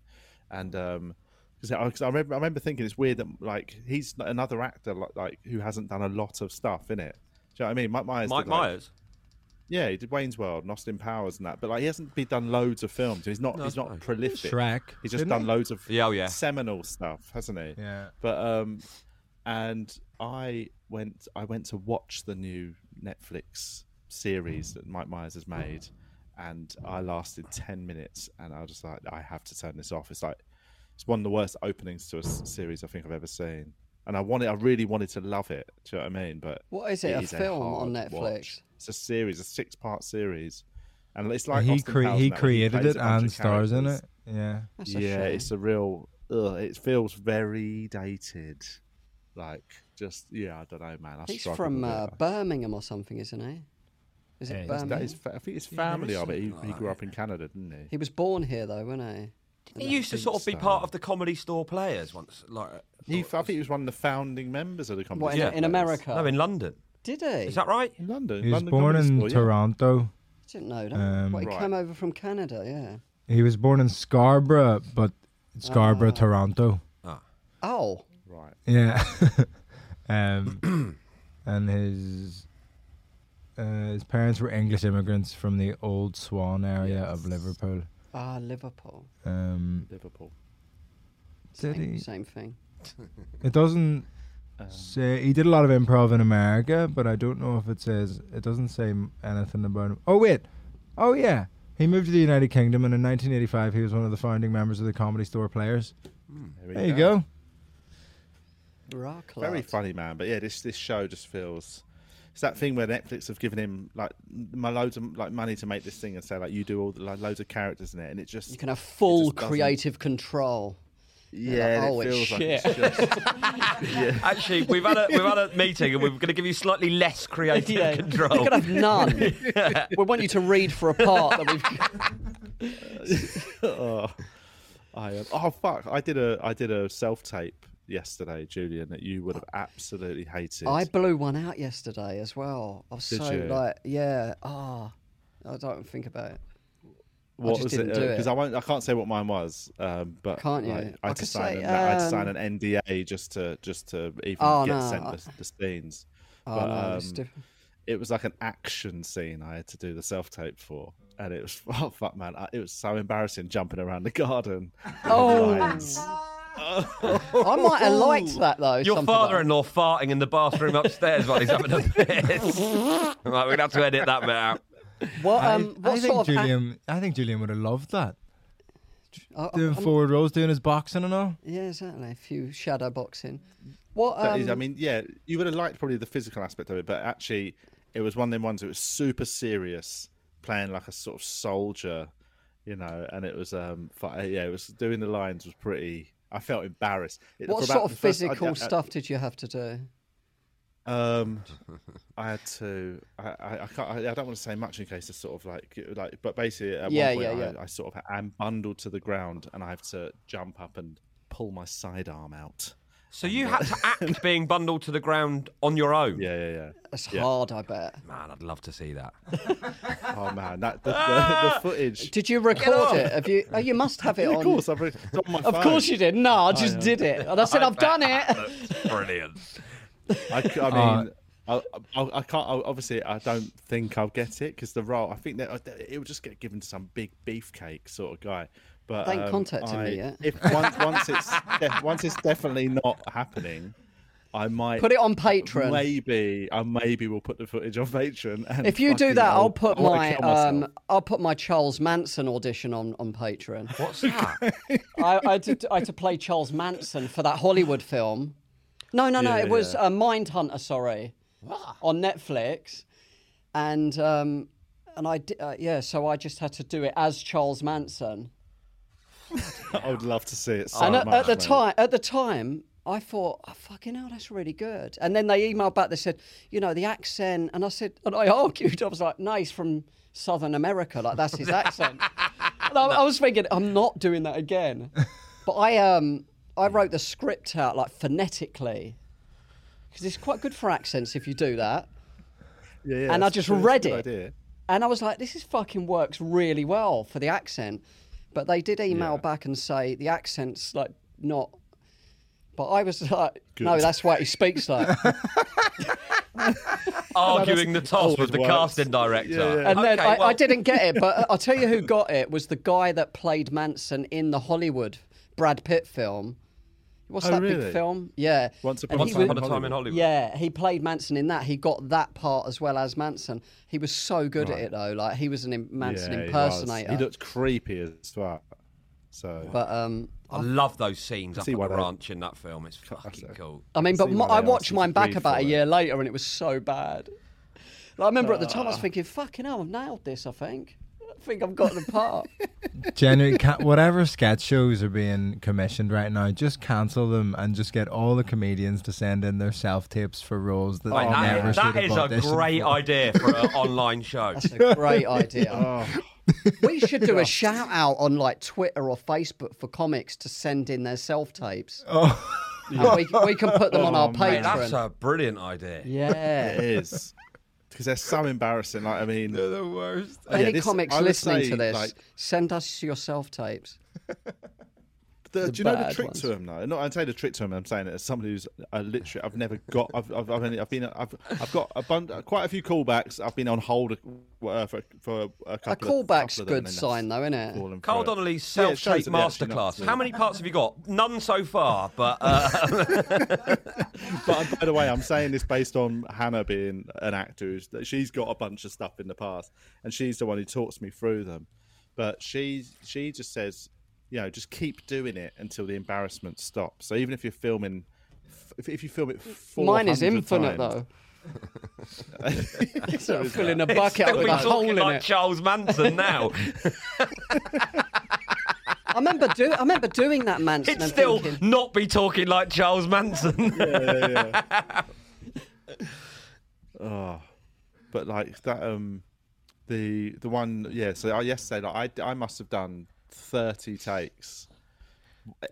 S3: and um. Because I, 'cause I remember, I remember thinking it's weird that like he's not another actor like, like who hasn't done a lot of stuff in it. Do you know what I mean? Mike Myers.
S7: Mike
S3: did, like-
S7: Myers.
S3: yeah, he did Wayne's World and Austin Powers and that, but like he hasn't been done loads of films. He's not. he's not prolific.
S5: Shrek,
S3: He's just
S5: didn't
S3: done
S5: he?
S3: loads of
S7: Yeah, oh, yeah.
S3: seminal stuff, hasn't he?
S5: Yeah.
S3: But um, and I went. I went to watch the new Netflix series that Mike Myers has made, and I lasted ten minutes, and I was just like, I have to turn this off. It's like it's one of the worst openings to a s- series I think I've ever seen. And I wanted, I really wanted to love it. Do you know what I mean? But
S6: What is it, a
S3: a
S6: film on
S3: hard
S6: Netflix?
S3: watch. It's a series, a six-part series, and it's like
S5: he
S3: Austin
S5: cre-
S3: Powers
S5: he
S3: now, plays
S5: created
S3: a
S5: it
S3: bunch
S5: and
S3: of
S5: stars in
S3: characters.
S5: it. Yeah.
S6: That's a
S3: Yeah,
S6: shame.
S3: it's a real. Ugh, it feels very dated. Like just yeah, I don't know, man. I
S6: He's
S3: struggled
S6: from
S3: with it.
S6: uh,
S3: Like,
S6: Birmingham or something, isn't he? Is
S5: Yeah,
S6: it
S5: he's- that
S3: that
S6: Birmingham?
S3: is, fa- I think his family are, but he, he grew up in Canada, didn't
S6: He was born here though, wasn't
S7: He used to sort of be part of the comedy store players once, like
S3: he? He, I think he was one of the founding members of the
S6: he?
S3: company.
S6: What, in,
S7: Yeah.
S6: in America?
S7: no in London.
S6: Did he?
S7: Is that right?
S3: in London.
S5: He was
S3: London
S5: born
S3: Comedy
S5: in
S3: Store, yeah.
S5: Toronto.
S6: I didn't know that.
S5: Um,
S6: Well, he
S3: Right.
S6: came over from Canada, yeah.
S5: He was born in Scarborough, but
S3: Ah.
S5: Scarborough, Toronto.
S6: Oh,
S3: Right.
S5: Yeah. um, and his uh, his parents were English immigrants from the Old Swan area of Liverpool.
S6: ah, Liverpool.
S5: Um,
S3: Liverpool.
S5: did
S6: Same,
S5: he?
S6: same thing.
S5: It doesn't Um, say he did a lot of improv in America, but I don't know if it says it doesn't say m- anything about him. Oh wait, oh yeah, he moved to the United Kingdom, and in 1985 he was one of the founding members of the Comedy Store Players.
S3: we
S5: There you go.
S6: Rock
S3: Very
S6: lad.
S3: funny, man. But yeah, this this show just feels. It's that thing where Netflix have given him like my loads of like money to make this thing and say like you do all the like, loads of characters in it and it just
S6: You can have full
S3: just doesn't-
S6: creative control.
S3: yeah
S6: like,
S3: and
S6: oh,
S3: it
S6: it's
S3: feels like it's just
S7: Actually, we've had a we've had a meeting and we're going to give you slightly less creative
S6: Yeah.
S7: control.
S6: You can have none. We want you to read for a part that we've.
S3: oh, I am. Oh fuck! I did a I did a self tape yesterday, Julian, that you would have absolutely hated.
S6: I blew one out yesterday as well. I was
S3: Did
S6: so
S3: you?
S6: like, yeah, ah, I don't think about it.
S3: what
S6: just
S3: was
S6: didn't do it.
S3: Because I won't. I can't say what mine was. Um, but
S6: Can't you?
S3: like,
S6: I
S3: I had to
S6: could
S3: sign.
S6: say,
S3: an, I had to sign
S6: um,
S3: an NDA just to just to even
S6: Oh,
S3: get
S6: no,
S3: sent
S6: I-
S3: the, the scenes.
S6: Oh
S3: but,
S6: no, it's
S3: um,
S6: different.
S3: it was like an action scene I had to do the self tape for, and it was oh fuck man, I, it was so embarrassing jumping around the garden. with the
S6: Oh.
S3: lions.
S6: I might have liked that though.
S7: Your
S6: something like that.
S7: father-in-law farting in the bathroom upstairs while he's having a piss. right, we're gonna have to edit that bit out.
S6: What,
S5: I-
S6: um,
S5: I,
S6: what
S5: think
S6: sort of? act-
S5: Julian. I think Julian would have loved that.
S6: I- I-
S5: Doing forward rows, doing his boxing and all.
S6: yeah, certainly. A few shadow boxing. What?
S3: That
S6: Um,
S3: is- I mean, yeah, you would have liked probably the physical aspect of it, but actually, it was one of them ones that was super serious, playing like a sort of soldier, you know. And it was, um, fi- yeah, it was doing the lines was pretty. I felt embarrassed. It-
S6: what
S3: for
S6: sort
S3: about
S6: of
S3: the first- I- uh,
S6: physical
S3: I- I-
S6: stuff did you have to do?
S3: Um, I had to. I, I, I can't. I, I don't want to say much in case it's sort of like like. But basically, at
S6: Yeah,
S3: one point,
S6: yeah, yeah.
S3: I, I sort of am bundled to the ground, and I have to jump up and pull my sidearm out.
S7: So you had to act being bundled to the ground on your own.
S3: Yeah, yeah, yeah.
S6: That's hard, I bet.
S7: Man, I'd love to see that.
S3: Oh man, that the, the,
S6: Ah!
S3: the footage.
S6: Did you record it? Have you? Oh, you must have it on.
S3: Yeah, Of course, I've, it's on my
S6: Of
S3: phone.
S6: course you did. No, I just did it, and I said I've done it.
S7: That's brilliant.
S3: I, c- I mean, I, I, I can't. I, obviously, I don't think I'll get it because the role. I think that that it will just get given to some big beefcake sort of guy. But
S6: They ain't
S3: um,
S6: contacting me
S3: I-
S6: yet.
S3: If once, once it's de- once it's definitely not happening, I might
S6: Put it on Patreon.
S3: Maybe I maybe will put the footage on Patreon. And
S6: If you do
S3: fucking
S6: that,
S3: hell,
S6: I'll put
S3: I wanna
S6: my
S3: kill myself.
S6: um, I'll put my Charles Manson audition on on Patreon.
S7: What's that?
S6: I, I, had to, I had to play Charles Manson for that Hollywood film. No, no, no.
S3: Yeah,
S6: it was
S3: yeah. Ah.
S6: uh, Mindhunter, sorry, on Netflix, and um, and I di- uh, yeah. So I just had to do it as Charles Manson.
S3: I would love to see it. So
S6: and at,
S3: much,
S6: at the
S3: mate.
S6: time, at the time, I thought, oh, fucking hell, that's really good. And then they emailed back. They said, you know, the accent. And I said, and I argued. I was like, no, he's from Southern America. Like that's his accent. And I, I was thinking, I'm not doing that again. But I um, I wrote the script out like phonetically because it's quite good for accents if you do that.
S3: Yeah, yeah,
S6: and I
S3: it's-
S6: just
S3: it's a
S6: read
S3: good
S6: it.
S3: idea.
S6: And I was like, this is fucking works really well for the accent. But they did email
S3: Yeah.
S6: back and say the accent's like not. But I was like,
S3: Good.
S6: no, that's why he speaks like.
S7: Arguing the toss with the
S3: works.
S7: casting director.
S3: Yeah, yeah.
S6: And then
S7: Okay,
S6: I, I
S7: well-
S6: didn't get it. But I'll tell you who got it was the guy that played Manson in the Hollywood Brad Pitt film. What's
S3: Oh,
S6: that
S3: really?
S6: big film? Yeah.
S3: Once
S6: And
S3: upon
S6: he
S7: Once
S3: a time
S6: was-
S7: upon a time in Hollywood.
S6: Yeah, he played Manson in that. He got that part as well as Manson. He was so good at it though. Like he was an im- Manson
S3: Yeah, he was.
S6: impersonator.
S3: He, looked creepy as fuck. So
S6: But um,
S7: I love those scenes up
S3: see
S7: at the
S3: why they-
S7: ranch in that film. It's fucking cool.
S6: I mean, but
S3: see
S6: my,
S3: why
S6: I
S3: they asked
S6: watched
S3: you to
S6: mine back
S3: breathe
S6: about a
S3: for it.
S6: year later, and it was so bad. Like, I remember at the
S3: Ah.
S6: time I was thinking, "Fucking hell, I've nailed this." I think, I think I've got the part.
S5: Genuine, ca- whatever sketch shows are being commissioned right now, just cancel them and just get all the comedians to send in their self tapes for roles that
S7: Like,
S5: they
S7: that-
S5: never should
S7: that
S5: have
S7: is a
S5: auditioned
S7: great
S5: for.
S7: idea for an online show.
S6: That's a great idea. Oh. We should do
S3: Oh.
S6: a shout out on like Twitter or Facebook for comics to send in their self tapes. Oh, we, we can put them on
S3: Oh,
S6: our
S7: Mate, that's
S6: Patreon.
S7: a brilliant idea.
S6: Yeah.
S3: it is because they're so embarrassing. Like I mean,
S5: They're the worst.
S6: Any
S3: Yeah, this-
S6: comics
S3: I would
S6: listening
S3: say,
S6: to this,
S3: like-
S6: send us your self tapes.
S3: The,
S6: the
S3: do you know
S6: bad
S3: the trick
S6: ones.
S3: to him though? Not I'm saying the trick to him. I'm saying it as somebody who's I literally I've never got. I've I've, I've, only, I've been I've I've got a bun, quite a few callbacks. I've been on hold uh, for for a
S6: A
S3: couple. of-
S6: callback's
S3: couple of them,
S6: good
S3: and then
S6: sign, though,
S3: that's
S6: isn't it?
S3: fallen
S7: Carl
S3: through it.
S7: Donnelly's
S3: Yeah, it
S7: self
S3: shows
S7: tape
S3: that they're actually not
S7: masterclass.
S3: doing
S7: How
S3: it.
S7: many parts have you got? None so far, but uh,
S3: But by the way, I'm saying this based on Hannah being an actor. Who's, that she's got a bunch of stuff in the past, and she's the one who talks me through them. But she she just says, you know, just keep doing it until the embarrassment stops. So even if you're filming, if, if you film it,
S6: Mine is
S3: 400
S6: infinite,
S3: times-
S6: though. it's like filling a bucket up
S7: still
S6: with
S7: be
S6: a hole
S7: talking
S6: in
S7: like
S6: it.
S7: Charles Manson now.
S6: I remember do I remember doing that Manson
S7: It's
S6: and
S7: still
S6: thinking,
S7: not be talking like Charles Manson.
S3: Oh, but like that um, the the one yeah. So I, yesterday, like I I must have done thirty takes.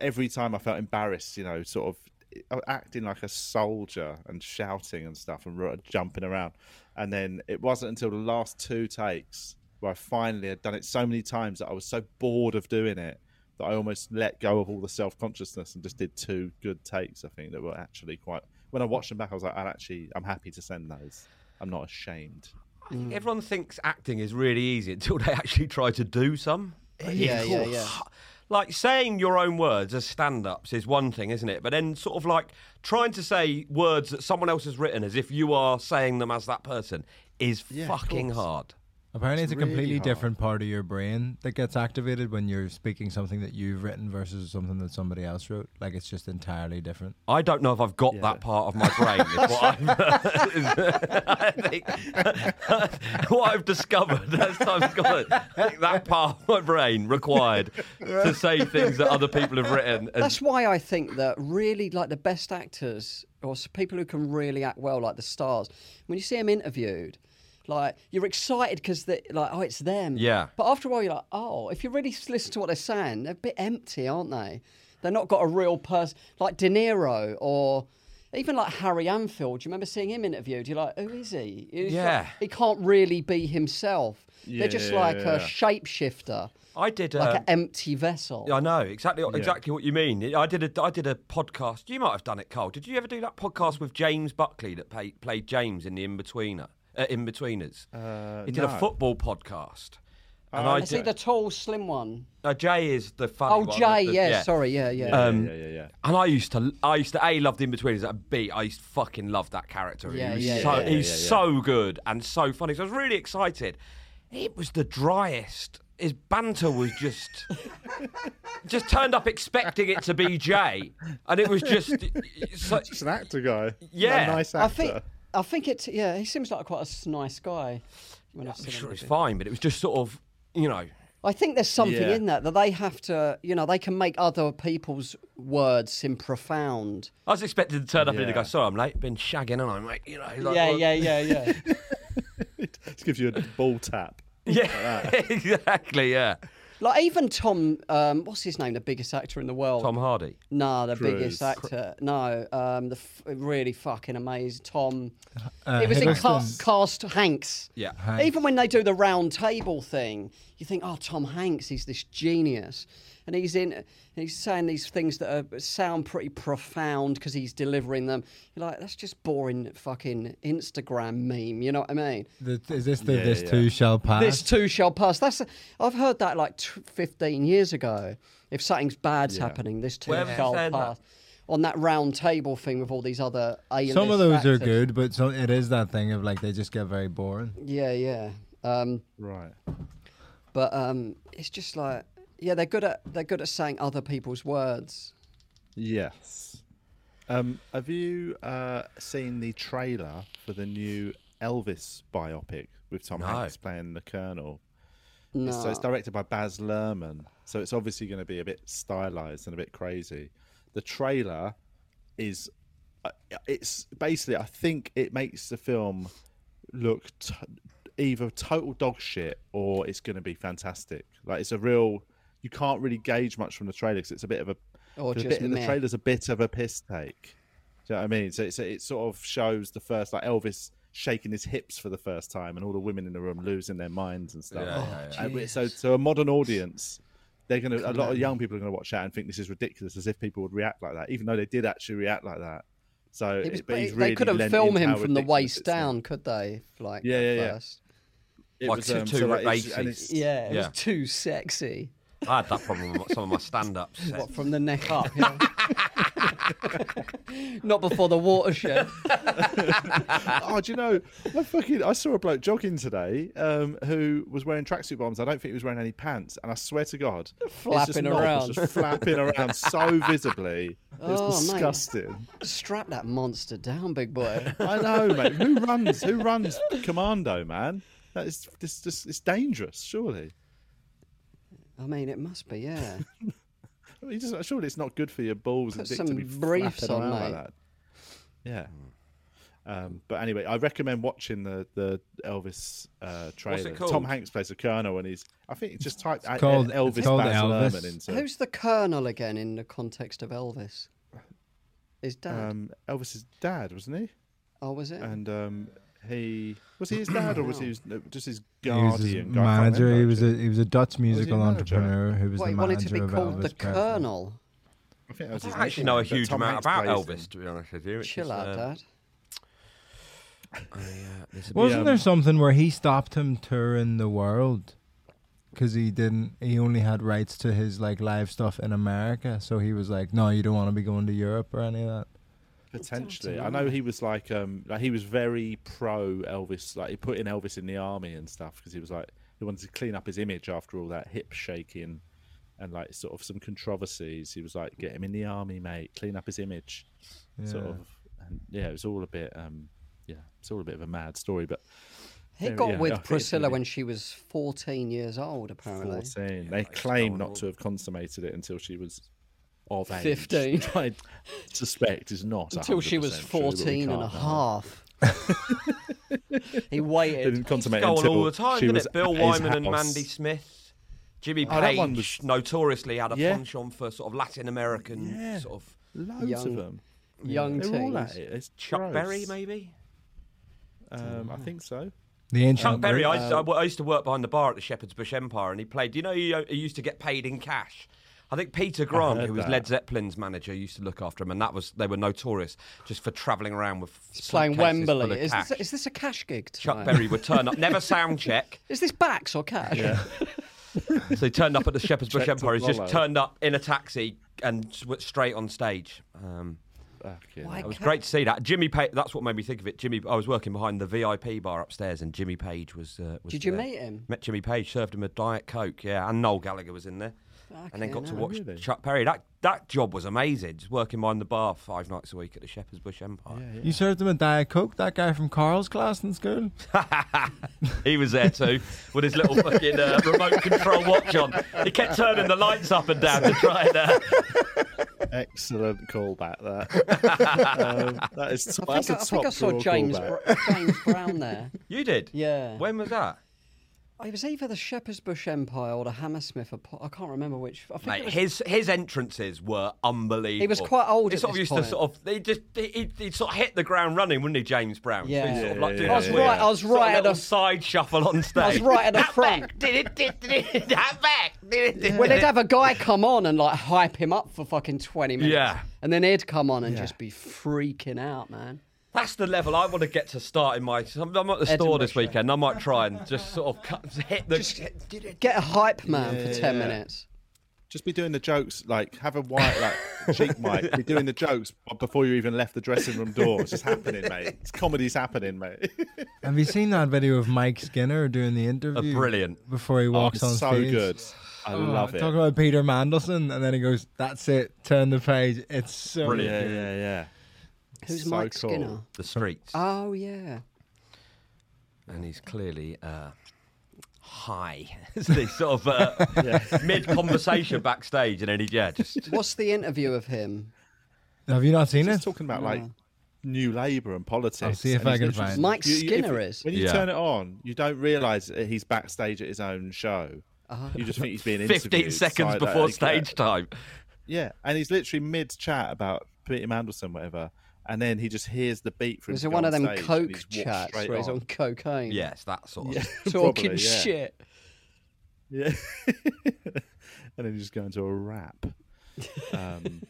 S3: Every time I felt embarrassed, you know, sort of acting like a soldier and shouting and stuff and ru- jumping around. And then it wasn't until the last two takes where I finally had done it so many times that I was so bored of doing it that I almost let go of all the self consciousness and just did two good takes. I think that were actually quite. When I watched them back, I was like, I actually, I'm happy to send those. I'm not ashamed.
S7: Mm. Everyone thinks acting is really easy until they actually try to do some. It is
S6: Uh, Yeah, yeah,
S7: hard.
S6: yeah.
S7: Like saying your own words as stand ups is one thing, isn't it? But then, sort of like trying to say words that someone else has written as if you are saying them as that person is fucking hard.
S5: Apparently, it's, a completely
S3: hard.
S5: different part of your brain that gets activated when you're speaking something that you've written versus something that somebody else wrote. Like it's just entirely different.
S7: I don't know if I've got that part of my brain. Is what, I've, I think, what I've discovered as time's gone, I think that part of my brain required to say things that other people have written. And
S6: that's why I think that really like the best actors or s- people who can really act well, like the stars, when you see them interviewed, like you're excited because they like oh it's them.
S7: Yeah.
S6: But after a while you're like oh if you really s- listen to what they're saying they're a bit empty aren't they? They're not got a real person like De Niro or. Even like Harry Anfield, you remember seeing him interviewed? You're like, who is he? He's like-
S7: Yeah.
S6: he can't really be himself. They're just
S3: Yeah.
S6: like a shapeshifter,
S7: I did.
S6: like
S7: uh,
S6: an empty vessel.
S7: I know exactly exactly what you mean. I did a I did a podcast. You might have done it, Cole. Did you ever do that podcast with James Buckley that pay, played James in the In Betweener, uh, In Betweeners?
S3: Uh,
S7: he did a
S3: no.
S7: football podcast, and
S3: Oh,
S7: I
S6: Is he
S7: did.
S6: the tall, slim one?
S7: no, Jay is the funny
S6: Oh,
S7: one,
S6: Jay,
S7: the-
S6: yeah, sorry, yeah, yeah.
S7: Um,
S3: yeah, yeah, yeah.
S7: And I used to, I used to a love the in betweeners and b I used to fucking love that character.
S6: Yeah,
S7: he was
S6: yeah,
S7: so
S6: yeah,
S7: he's so good and so funny. So I was really excited. It was the driest. his banter was just just turned up expecting it to be Jay, and it was just so,
S3: Just an actor guy.
S7: Yeah.
S3: A nice
S6: I
S3: actor.
S6: think I think it's yeah. He seems like quite a s- nice guy. When I've
S7: I'm
S6: seen him
S7: sure
S6: with
S7: it's
S6: him.
S7: fine, but it was just sort of you know
S6: I think there's something
S3: Yeah.
S6: in that that they have to, you know, they can make other people's words seem profound.
S7: I was expected to turn up and he'd
S3: Yeah.
S7: go, sorry, I'm late, been shagging on, mate. You know, like,
S6: yeah,
S7: well-
S6: yeah, yeah, yeah.
S3: Just gives you a ball tap.
S7: yeah, exactly, yeah.
S6: like even Tom, um, what's his name, the biggest actor in the world?
S7: Tom Hardy.
S6: Nah, the
S3: Cruise.
S6: biggest actor. No, um, the f- really fucking amazing Tom.
S5: Uh,
S6: it was in Ca-
S5: Hiddleston.
S6: Cast Hanks.
S7: Yeah.
S5: Hanks.
S6: Even when they do the round table thing, you think, oh, Tom Hanks, he's this genius. And he's in, and he's saying these things that are, sound pretty profound because he's delivering them. You're like, that's just boring fucking Instagram meme. You know what I mean?
S5: The- is this the
S3: Yeah,
S5: this
S3: yeah.
S5: too shall pass?
S6: This too shall pass. That's I've heard that like t- 15 years ago. If something's bad's
S3: Yeah.
S6: happening, this too
S7: Where was it
S6: shall
S7: said that?
S6: pass. On that round table thing with all these other A-list
S5: some of those are
S6: actors.
S5: good, but some, it is that thing of like they just get very boring.
S6: Yeah, yeah. Um,
S3: Right.
S6: but um, it's just like yeah, they're good at they're good at saying other people's words.
S3: Yes. Um, have you uh, seen the trailer for the new Elvis biopic with Tom
S7: No.
S3: Hanks playing the Colonel?
S6: No.
S3: It's- So it's directed by Baz Luhrmann. So it's obviously going to be a bit stylized and a bit crazy. The trailer is uh, it's basically I think it makes the film look t- either total dog shit or it's going to be fantastic. Like it's a real you can't really gauge much from the trailer because it's a bit of a
S6: Or
S3: the
S6: just
S3: bit-
S6: meh.
S3: the trailer's a bit of a piss take. Do you know what I mean? So it's, it sort of shows the first like Elvis shaking his hips for the first time and all the women in the room losing their minds and stuff.
S7: Yeah, yeah,
S6: Oh,
S3: And we- so so a modern audience they're going to a lot of young people are going to watch that and think this is ridiculous as if people would react like that even though they did actually react like that. So
S6: It was-
S3: it- but he's
S6: they
S3: really
S6: couldn't
S3: lent
S6: film
S3: into
S6: him
S3: how
S6: from the
S3: ridiculous
S6: waist
S3: it's not.
S6: down, could they? Like
S3: Yeah,
S6: at
S3: yeah, yeah.
S6: first.
S3: It
S7: Like
S3: was,
S7: too-
S3: um,
S7: too
S3: so, like, it's-
S7: racy.
S3: and it's-
S6: Yeah, it was
S7: Yeah.
S6: too sexy.
S7: I had that problem with some of my stand ups.
S6: What from the neck up? yeah. Not before the watershed.
S3: oh, do you know? I fucking I saw a bloke jogging today um, who was wearing tracksuit bottoms. I don't think he was wearing any pants, and I swear to God, his
S6: Flapping
S3: knob was
S6: around.
S3: just flapping around so visibly. It was
S6: Oh, mate.
S3: disgusting.
S6: Strap that monster down, big boy.
S3: I know, mate. Who runs? Who runs commando, man? That is this just it's dangerous. Surely,
S6: I mean, it must be, yeah.
S3: I mean, just, surely it's not good for your balls and
S6: Put
S3: dick to
S6: some
S3: be
S6: briefs
S3: flapping
S6: on,
S3: around like
S6: mate.
S3: that. Yeah.
S5: Hmm.
S3: Um, but anyway, I recommend watching the the Elvis uh, trailer. Tom
S7: called?
S3: Hanks plays the colonel, and he's I think it's just type uh,
S5: called-
S3: Elvis
S5: it's called
S3: Baz
S5: Elvis.
S3: Luhrmann into
S6: Who's the colonel again in the context of Elvis? His dad.
S3: um, Elvis's dad, wasn't he?
S6: oh, was it?
S3: And um, he was he his dad, or was he his, no, just his
S5: He was his
S3: guardian guy? I can't
S5: manager.
S3: remember,
S5: He was a
S3: actually.
S5: he was a Dutch musical
S3: manager?
S5: entrepreneur who was
S6: What,
S5: the
S6: he
S5: manager
S6: wanted to be
S5: of
S6: called the
S5: Elvis Presley.
S6: colonel.
S3: I think that was his
S7: I actually
S3: nickname,
S7: know a
S3: but
S7: huge
S3: Tom
S7: amount
S3: Hanks
S7: about
S3: plays him.
S7: Elvis, to be honest with you. It's
S6: Chill
S7: just,
S6: out,
S7: um,
S6: Dad.
S5: Wasn't there
S3: um,
S5: something where he stopped him touring the world because he didn't? He only had rights to his like live stuff in America, so he was like, "No, you don't want to be going to Europe or any of that."
S3: Potentially, I know he was like, um, like he was very pro Elvis. Like he put in Elvis in the army and stuff because he was like he wanted to clean up his image after all that hip shaking and like sort of some controversies. He was like, get him in the army, mate, clean up his image. Sort
S5: Yeah.
S3: of, and yeah, it was all a bit, um, yeah, it's all a bit of a mad story, but
S6: He
S3: Yeah,
S6: got
S3: yeah, I
S6: with
S3: think it's
S6: Priscilla
S3: really-
S6: when she was 14 years old, apparently.
S3: 14. They
S7: it's
S3: claim
S7: gone
S3: not
S7: all-
S3: to have consummated it until she was of age.
S6: 15.
S3: which I suspect is not
S6: Until she was
S3: 100% true, but we
S6: 14 and a
S3: can't know.
S6: half. he
S3: They
S6: waited.
S3: didn't consummate
S7: Go on
S3: until
S7: all the time,
S3: she
S7: didn't
S3: was
S7: it? Bill
S3: at his
S7: Wyman and
S3: house.
S7: Mandy Smith. Jimmy
S3: Oh, that one
S7: Page
S3: was-
S7: notoriously had a
S3: Yeah.
S7: penchant for sort of Latin American
S3: Yeah.
S7: sort of
S3: Loads
S6: Young
S3: of them.
S6: Young
S3: They're all at
S6: teens.
S3: it. It's
S7: Chuck
S3: gross.
S7: Berry, maybe.
S3: Um,
S6: Mm.
S3: I think so.
S5: The ancient
S7: Chuck Berry.
S5: Greek-
S7: I used, to, I w- I used to work behind the bar at the Shepherd's Bush Empire, and he played. Do you know he, uh, he used to get paid in cash? I think Peter Grant,
S3: heard
S7: who was
S3: that.
S7: Led Zeppelin's manager, used to look after him, and that was they were notorious just for travelling around with
S6: He's playing
S7: suitcases full
S6: Wembley.
S7: of
S6: Is this,
S7: cash.
S6: is this a cash gig?
S7: Chuck
S6: tonight?
S7: Berry would turn up, never sound check.
S6: Is this backs or cash?
S7: So he turned up at the Shepherd's Bush
S3: Check to
S7: Empire. He's just
S3: follow.
S7: turned up in a taxi and s- went straight on stage. Um,
S3: Fucking
S8: Why
S3: hell.
S7: It was
S8: Okay.
S7: great to see that. Jimmy Page. That's what made me think of it. Jimmy. I was working behind the VIP bar upstairs, and Jimmy Page was. Uh, was
S6: Did you
S7: there.
S6: meet him?
S7: Met Jimmy Page. Served him a diet coke. Yeah, and Noel Gallagher was in there. and then
S6: Fucking
S7: got to
S6: hell.
S7: watch
S3: Really?
S7: Chuck Perry. That that job was amazing. Just working behind the bar five nights a week at the Shepherd's Bush Empire.
S5: You served him a Diet Coke, that guy from Carl's class in school?
S7: He was there too with his little fucking uh, remote control watch on. He kept turning the lights up and down to try and. Uh,
S3: Excellent callback. That um, that is.
S6: I think, I, I think I saw James,
S3: Callback.
S6: Br- James Brown there.
S7: you did.
S6: Yeah.
S7: When was that?
S6: It was either the Shepherd's Bush Empire or the Hammersmith. Apo- I can't remember which. I think it
S7: Mate,
S6: was-
S7: his his entrances were unbelievable.
S6: He was quite old
S7: He
S6: at
S7: sort of
S6: this
S7: used
S6: point.
S7: to sort of he just he, he, he sort of hit the ground running, wouldn't he, James Brown? So he'd
S6: Yeah.
S7: sort of like
S3: Yeah,
S7: do
S3: yeah,
S7: that
S3: yeah.
S7: weird
S3: I was right-
S6: I was
S7: sort of
S6: right at
S7: little
S6: the-
S7: side shuffle on stage.
S6: I was right at the
S7: That
S6: front.
S7: back did it, did it, did it, that back did it, did
S6: Well, they'd
S7: it.
S6: have a guy come on and like hype him up for fucking 20 minutes.
S7: Yeah.
S6: And then he'd come on and just be freaking out, man.
S7: That's the level I want to get to start in my. I'm, I'm at the store this
S6: Edinburgh show.
S7: weekend. I might try and just sort of cut, hit the.
S6: Get a hype man for 10
S3: Yeah.
S6: minutes.
S3: Just be doing the jokes, like have a white like cheek mic. Be doing the jokes before you even left the dressing room door. It's just happening, mate. It's comedy's happening, mate.
S5: Have you seen that video of Mike Skinner doing the interview?
S7: brilliant.
S5: Before he walks
S3: Oh,
S5: on
S3: so
S5: stage.
S3: good. I
S5: Oh,
S3: love it.
S5: Talking about Peter Mandelson, and then he goes, "That's it. Turn the page. It's so
S7: Brilliant.
S3: yeah, yeah, yeah.
S6: Who's
S3: So
S6: Mike
S3: cool.
S6: Skinner?
S7: The streets,
S6: Oh, yeah.
S7: and he's clearly uh, high. It's this sort of uh, mid conversation backstage, and then he yeah just
S6: What's the interview of him?
S5: Have you not seen
S3: He's
S5: it?
S3: talking about like new Labour and politics.
S5: I'll see if
S3: and
S5: I
S3: he's
S5: can
S3: literally-
S5: find it.
S6: Mike
S3: You- you- if-
S6: Skinner is.
S3: When you
S7: Yeah.
S3: turn it on, you don't realise that he's backstage at his own show.
S6: Oh.
S3: You just think he's being interviewed.
S7: 15 seconds
S3: side-
S7: before
S3: like, yeah.
S7: stage time.
S3: Yeah, and he's literally mid chat about Peter Mandelson, whatever, and then he just hears the beat from.
S6: Was it one of them coke chats where he's on cocaine?
S7: Yes, that sort of.
S6: Talking
S3: Probably, yeah.
S6: shit.
S3: Yeah, and then you just go into a rap. Um,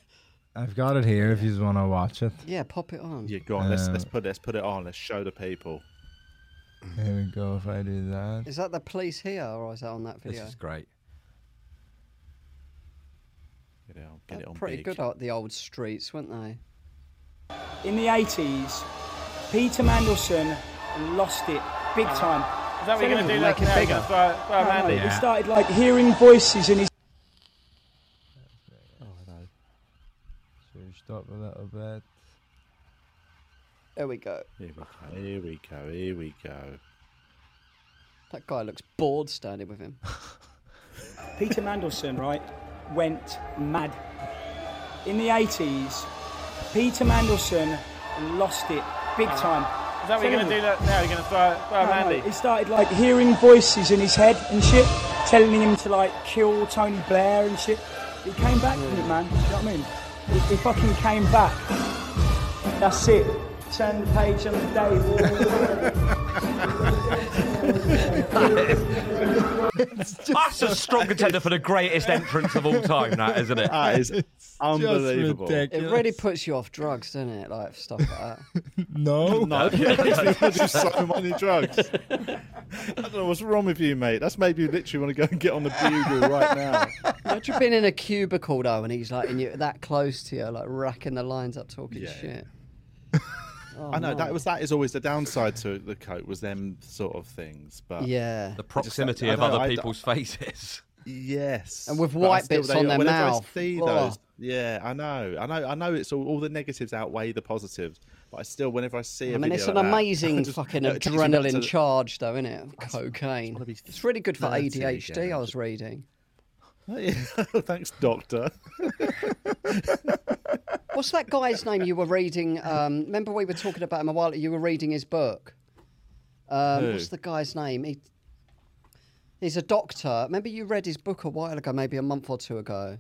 S5: I've got it here. If you want to watch it,
S6: Yeah, pop it on.
S3: yeah, go on. Let's
S5: Uh,
S3: let's put let's put it on. Let's show the people.
S5: here we go. If I do that,
S6: Is that the police here or is that on that
S7: This
S6: video?
S7: is great.
S3: Get it on. Get it on.
S6: Pretty
S3: big.
S6: good at the old streets, weren't they?
S4: In the 80s, Peter Mandelson lost it big time. Is that what
S6: you're gonna do, Make that it now? You're bigger? gonna
S4: He started like hearing voices in his
S5: should we stop a little bit?
S6: There we go.
S3: Here we go. Here we go. Here we go.
S6: That guy looks bored standing with him.
S4: Peter Mandelson, right, went mad. In the 80s, Peter Mandelson lost it big time. Is that what you're going to do that now? You're going to throw, throw no, Andy? He started like hearing voices in his head and shit, telling him to like kill Tony Blair and shit. He came back from it, man. Do you know what I mean? He, he fucking came back. That's it. Turn the page on the day.
S7: That's a strong contender for the greatest entrance of all time, that, isn't it?
S3: That is unbelievable.
S5: Just
S6: It
S5: ridiculous.
S6: really puts you off drugs, doesn't it? Like stuff like that.
S5: no.
S3: No, because do so many drugs. I don't know what's wrong with you, mate. That's made you literally want to go and get on the bugle right now.
S6: Imagine being in a cubicle though, and he's like, and you're that close to you, like racking the lines up, talking
S3: Yeah.
S6: shit. Oh,
S3: I know that was that is always the downside to the coat was them sort of things, but
S6: Yeah.
S7: The proximity
S3: I
S7: of
S3: don't know,
S7: other
S3: I d-
S7: people's faces.
S3: yes,
S6: And with
S3: But I
S6: white
S3: still-
S6: bits on their
S3: whenever
S6: mouth.
S3: I see
S6: Oh.
S3: those, yeah, I know, I know, I know. It's all, all the negatives outweigh the positives, but I still, whenever I see, a
S6: I mean,
S3: video
S6: it's
S3: like
S6: an
S3: that, I
S6: amazing
S3: just-
S6: fucking
S3: it takes me back to
S6: adrenaline
S3: the-
S6: charge, though, isn't it? Cocaine.
S3: wanna be
S6: It's really good for
S3: 30
S6: ADHD. I
S3: again.
S6: was reading.
S3: Thanks, doctor.
S6: What's that guy's name you were reading? Um, remember we were talking about him a while. You were reading his book. Um,
S3: Who?
S6: What's the guy's name? He, he's a doctor. Remember you read his book a while ago, maybe a month or two ago.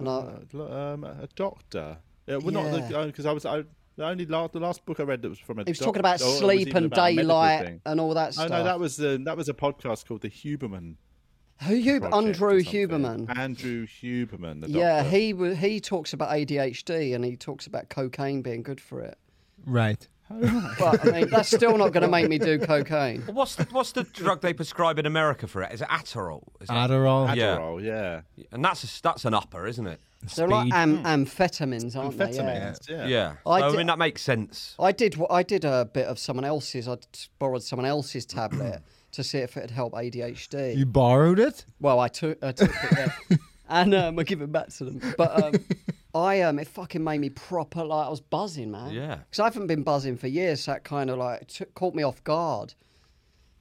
S6: No,
S3: um, a doctor. Yeah, well, not
S6: Yeah.
S3: the because I was I, the only last the last book I read that was from a.
S6: he was
S3: doc-
S6: talking about
S3: or it was
S6: sleep
S3: even
S6: and
S3: about a medical
S6: daylight
S3: thing.
S6: and all that
S3: Oh
S6: stuff.
S3: no, that was um, that was a podcast called the Huberman.
S6: Who you
S3: Project
S6: Andrew
S3: or something.
S6: Huberman?
S3: Andrew Huberman. The
S6: Yeah,
S3: doctor.
S6: he wa- he talks about ADHD and he talks about cocaine being good for it.
S5: Right.
S6: But I mean, that's still not going to make me do cocaine.
S7: Well, What's the, what's the drug they prescribe in America for it? Is it Adderall? Is it-
S5: Adderall.
S7: Yeah.
S3: Adderall, yeah.
S7: and that's a, that's an upper, isn't it?
S6: They're like
S5: Speed.
S6: am- amphetamines, aren't they? Yeah.
S3: Amphetamines, yeah.
S7: Yeah. So,
S6: I
S7: I,
S6: di-
S7: mean, that makes sense.
S6: I did. wh- I did a bit of someone else's. I t- borrowed someone else's tablet to see if it'd help ADHD.
S5: You borrowed it?
S6: Well, I took, I took it there. and um, I give it back to them. But um, I um, it fucking made me proper like I was buzzing, man.
S7: Yeah.
S6: Because I haven't been buzzing for years. So that kind of like took, caught me off guard.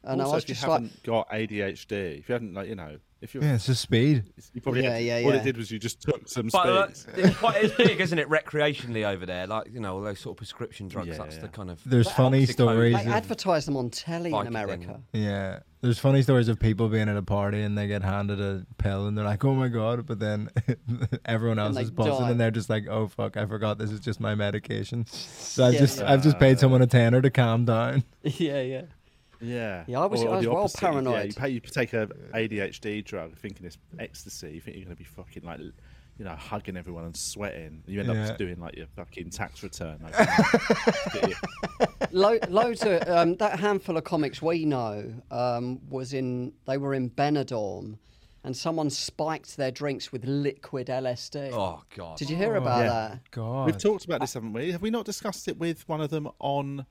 S6: And I
S3: also,
S6: was
S3: if you
S6: just like,
S3: haven't got ADHD, if you hadn't, like, you know, if you,
S5: Yeah, it's just speed.
S3: you probably,
S6: Yeah, yeah,
S3: all
S6: yeah.
S3: it did was you just took some
S7: But uh,
S3: space.
S7: it's quite it's big, isn't it, recreationally over there? Like you know, all those sort of prescription drugs.
S3: Yeah,
S7: that's
S3: yeah.
S7: the kind of
S5: There's funny
S7: toxic
S5: stories.
S6: they
S5: of-
S6: advertise them on telly
S7: Vicodin.
S6: in America.
S5: Yeah. There's funny stories of people being at a party and they get handed a pill and they're like, oh my God. But then everyone else
S6: they
S5: is buzzing
S6: die.
S5: and they're just like, oh fuck, I forgot this is just my medication. So I've,
S6: Yeah,
S5: just,
S6: yeah.
S5: I've just paid someone a tenner to calm down.
S6: yeah, yeah.
S3: Yeah.
S6: Yeah, I was-
S3: Or-
S6: I
S3: or
S6: was
S3: the
S6: well
S3: opposite, yeah,
S6: paranoid.
S3: you, pay, you take a ADHD drug thinking it's ecstasy. You think you're going to be fucking like, you know, hugging everyone and sweating. You end up
S5: Yeah.
S3: just doing like your fucking tax return. Like, get your-
S6: Lo- loads of um, that handful of comics we know um, was in. They were in Benidorm, and someone spiked their drinks with liquid LSD.
S7: Oh god.
S6: Did you hear about
S3: Yeah.
S6: that?
S5: God.
S3: We've talked about this, haven't we? Have we not discussed it with one of them on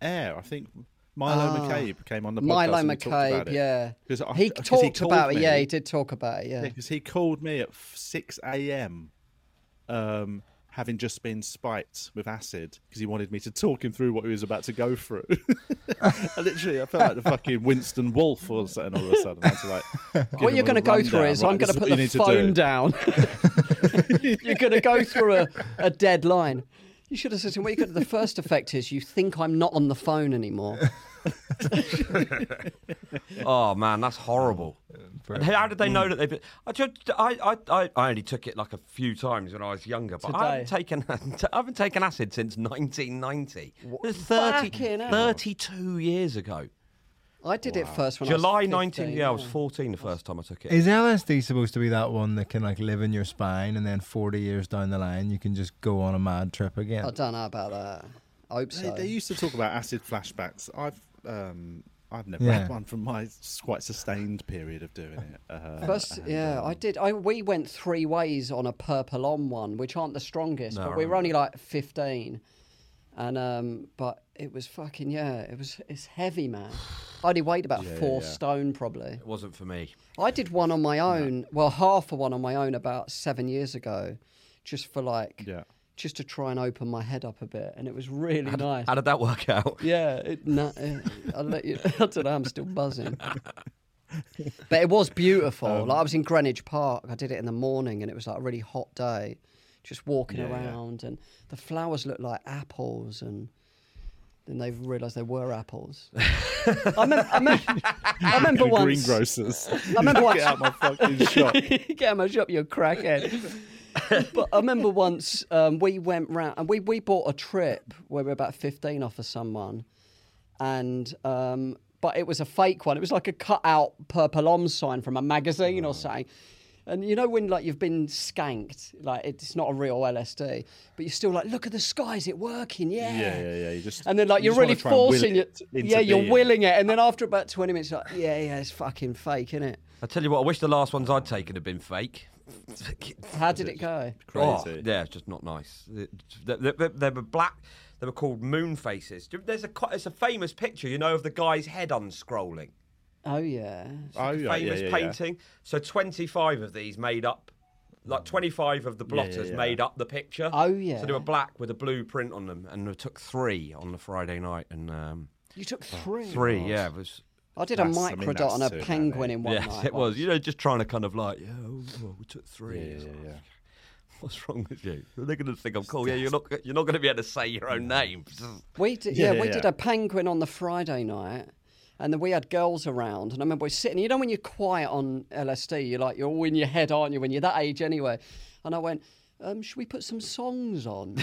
S3: air? I think Milo McCabe came on the podcast.
S6: Ah. Milo
S3: and we talked about
S6: McCabe,
S3: it.
S6: yeah.
S3: 'Cause I- uh,
S6: he
S3: 'cause he
S6: talked about
S3: called
S6: it. Yeah,
S3: me.
S6: he did talk about it. Yeah.
S3: because he called me at f- 6 a.m. Um, having just been spiked with acid because he wanted me to talk him through what he was about to go through. I literally, I felt like the fucking Winston Wolf or something all of a sudden. I was like, give
S6: What
S3: him
S6: you're
S3: a
S6: going to go
S3: rundown,
S6: through is
S3: right,
S6: I'm
S3: this
S6: going to
S3: what
S6: put
S3: you
S6: the
S3: need to
S6: phone
S3: do.
S6: down. you're going to go through a, a dead line. You should have said to him, what you could the first effect is you think I'm not on the phone anymore.
S7: Oh man, that's horrible. And how did they
S5: mm.
S7: know that they've been? I, just, I, I, I, I only took it like a few times when I was younger, but I haven't taken I haven't taken acid since 1990. That's 30,
S6: Fucking hell.
S7: 32 years ago.
S6: I did it first when I
S7: July
S6: was 15,
S7: 19. Yeah, I was 14 the first time I took it.
S5: Is LSD supposed to be that one that can like live in your spine and then 40 years down the line you can just go on a mad trip again?
S6: I don't know about that. I hope so.
S3: They, they used to talk about acid flashbacks. I've um, I've never
S5: Yeah.
S3: had one from my s- quite sustained period of doing it. Uh,
S6: First, yeah, I did. I we went three ways on a purple on one, which aren't the strongest, but we were only like fifteen, and um, but it was fucking yeah, it was it's heavy, man. I only weighed about four stone probably.
S7: It wasn't for me.
S6: I did one on my own, well, half of one on my own about seven years ago, just for like,
S3: Yeah.
S6: just to try and open my head up a bit, and it was really nice.
S7: How did that work out?
S6: Yeah, it, no, eh, I'll let you, I don't know, I'm still buzzing. But it was beautiful. like I was in Greenwich Park. I did it in the morning, and it was like a really hot day, just walking around, and the flowers looked like apples, and then they realised they were apples. I remember, I remember, I remember
S3: the
S6: once.
S3: greengrocers.
S6: I remember once.
S3: Get out my fucking shop.
S6: Get out of my shop, you crackhead. but I remember once um, we went round and we, we bought a trip where we were about 15 off of someone. And, um, but it was a fake one. It was like a cut out purple om sign from a
S3: Oh.
S6: magazine or something. And you know when like you've been skanked, like it's not a real LSD, but you're still like, look at the sky, is it working? Yeah,
S3: Yeah, yeah, yeah. You just
S6: and then like
S3: you
S6: you're really
S3: just wanna try and will
S6: forcing it.
S3: into
S6: yeah, you're
S3: being.
S6: willing it, and then after about 20 minutes, you're like, yeah, yeah, it's fucking fake, isn't it?
S7: I tell you what, I wish the last ones I'd taken had been fake.
S6: How did it go?
S7: Oh,
S3: Crazy.
S7: yeah, it's just not nice. It- They, they- they were black. They were called moon faces. Do- There's a co- it's a famous picture, you know, of the guy's head unscrolling.
S6: Oh yeah.
S3: Oh, yeah,
S7: The
S3: yeah,
S7: famous
S3: yeah, yeah.
S7: painting. So 25 of these made up, like 25 of the blotters
S3: yeah.
S7: made up the picture.
S6: Oh,
S7: So they were
S6: yeah.
S7: black with a blue print on them, and we took three on the Friday night, and um,
S6: You took three.
S7: three, yeah, it was.
S6: I did a
S3: That's- I mean,
S6: microdot
S3: that's eh?
S6: on a
S3: too
S6: penguin
S3: many.
S6: in one
S7: yes,
S6: night.
S7: it was.
S6: once.
S7: You know, just trying to kind of like, yeah, oh, well, we took three.
S3: Yeah,
S7: It's
S3: yeah,
S7: like,
S3: yeah.
S7: What's wrong with you? They're going to think I'm cool. Yeah, you're not. You're not going to be able to say your own name.
S6: We did, yeah,
S3: Yeah,
S6: we
S3: yeah.
S6: did a penguin on the Friday night, and then we had girls around, and I remember we were sitting. You know, when you're quiet on LSD, you're like you're all in your head, aren't you? When you're that age, anyway. And I went, um, "Should we put some songs on?"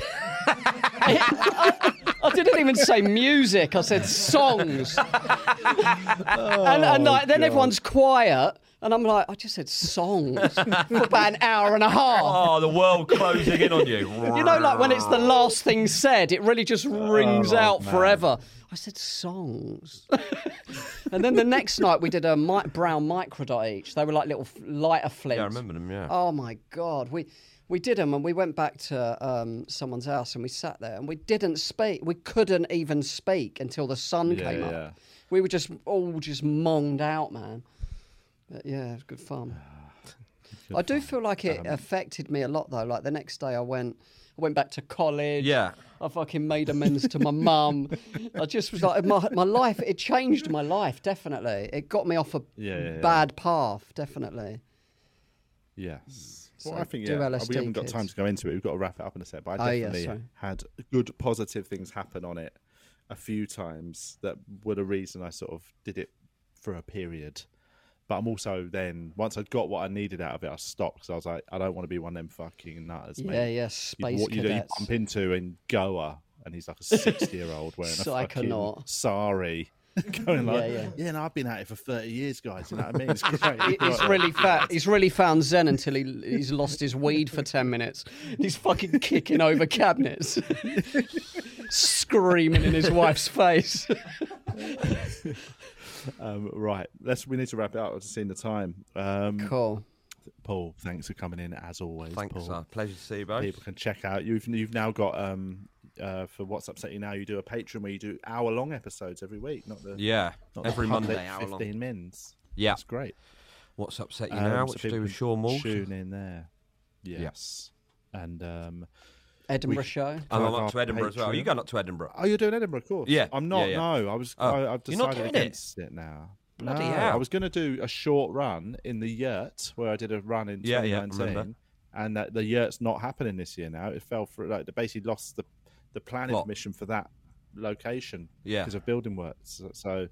S6: I, I didn't even say
S3: Oh,
S6: music. I said songs, and, and like, then everyone's quiet. And I'm like, I just said songs for about an hour and a half.
S7: Oh, the world closing in on you.
S6: You know, like when it's the last thing said, it really just
S7: Oh,
S6: rings out forever. I said songs. and then the next night we did a mi- brown microdot each. They were like little f- lighter flints.
S7: Yeah, I remember them, yeah.
S6: Oh my god, we we did them, and we went back to um, someone's house, and we sat there, and we didn't speak. We couldn't even speak until the sun
S3: Yeah,
S6: came
S3: yeah.
S6: up. We were just all just monged out, man. But yeah, it was good fun. I do feel like
S3: Um,
S6: it affected me a lot though. Like the next day, I went, I went back to college.
S7: Yeah.
S6: I fucking made amends to my mum. I just was like, my, my life. It changed my life definitely. It got me off a
S3: Yeah, yeah, yeah.
S6: bad path definitely.
S3: Yes.
S6: Hmm. So
S3: well, I think
S6: do
S3: yeah. uh,
S6: LSD,
S3: we haven't got time
S6: kids.
S3: to go into it. We've got to wrap it up in a sec. But
S6: Oh,
S3: I
S6: yeah,
S3: definitely
S6: sorry.
S3: had good positive things happen on it a few times that were the reason I sort of did it for a period. But I'm also then once I got what I needed out of it, I stopped because I was like, I don't want to be one of them fucking nutters. mate.
S6: Yeah, yeah,
S3: You,
S6: space
S3: what you, you
S6: cadets.
S3: bump into in Goa, and he's like a sixty year old wearing a fucking
S6: Psychonaut.
S3: sari, going like, yeah,
S6: yeah.
S3: no, I've been at it for thirty years, guys. You know what I mean? It's great.
S6: He- He's really fat. He's really found zen until he, he's lost his weed for 10 minutes. He's fucking kicking over cabinets, screaming in his wife's face.
S3: Um, right, let's. We need to wrap it up. I've just seen the time. Um,
S6: Cool.
S3: Paul, thanks for coming in as always.
S7: Thanks,
S3: Paul.
S7: uh, pleasure to see you both.
S3: People can check out you've you've now got um uh for what's upset you now. You do a Patreon where you do hour long episodes every week, not the
S7: Yeah,
S3: not
S7: every
S3: the public
S7: Monday, hour long.
S3: fifteen mins.
S7: Yeah.
S3: it's great.
S7: What's upset you
S3: Um,
S7: now?
S3: so
S7: What you
S3: people
S7: do with
S3: can
S7: Sean Walsh?
S3: Tune in there. Yes, and um,
S6: Edinburgh
S3: We-
S6: show.
S7: And I'm
S3: Like
S7: up
S3: our
S7: to Edinburgh as well. Are you
S3: Patreon.
S7: going up to Edinburgh?
S3: oh, you're doing Edinburgh, of course.
S7: Yeah,
S3: I'm
S7: yeah,
S3: not.
S7: yeah.
S3: No, I was.
S7: Oh,
S3: I, I've
S7: you're not
S3: decided
S7: doing it?
S3: against it, now.
S7: Bloody
S3: no,
S7: hell.
S3: I was going to do a short run in the yurt where I did a run in
S7: Yeah, yeah, I
S3: 2019,
S7: remember.
S3: and that the yurt's not happening this year now. It fell through. Like they basically lost the the planning
S7: Plot.
S3: permission for that location
S7: Yeah.
S3: because of building works. So.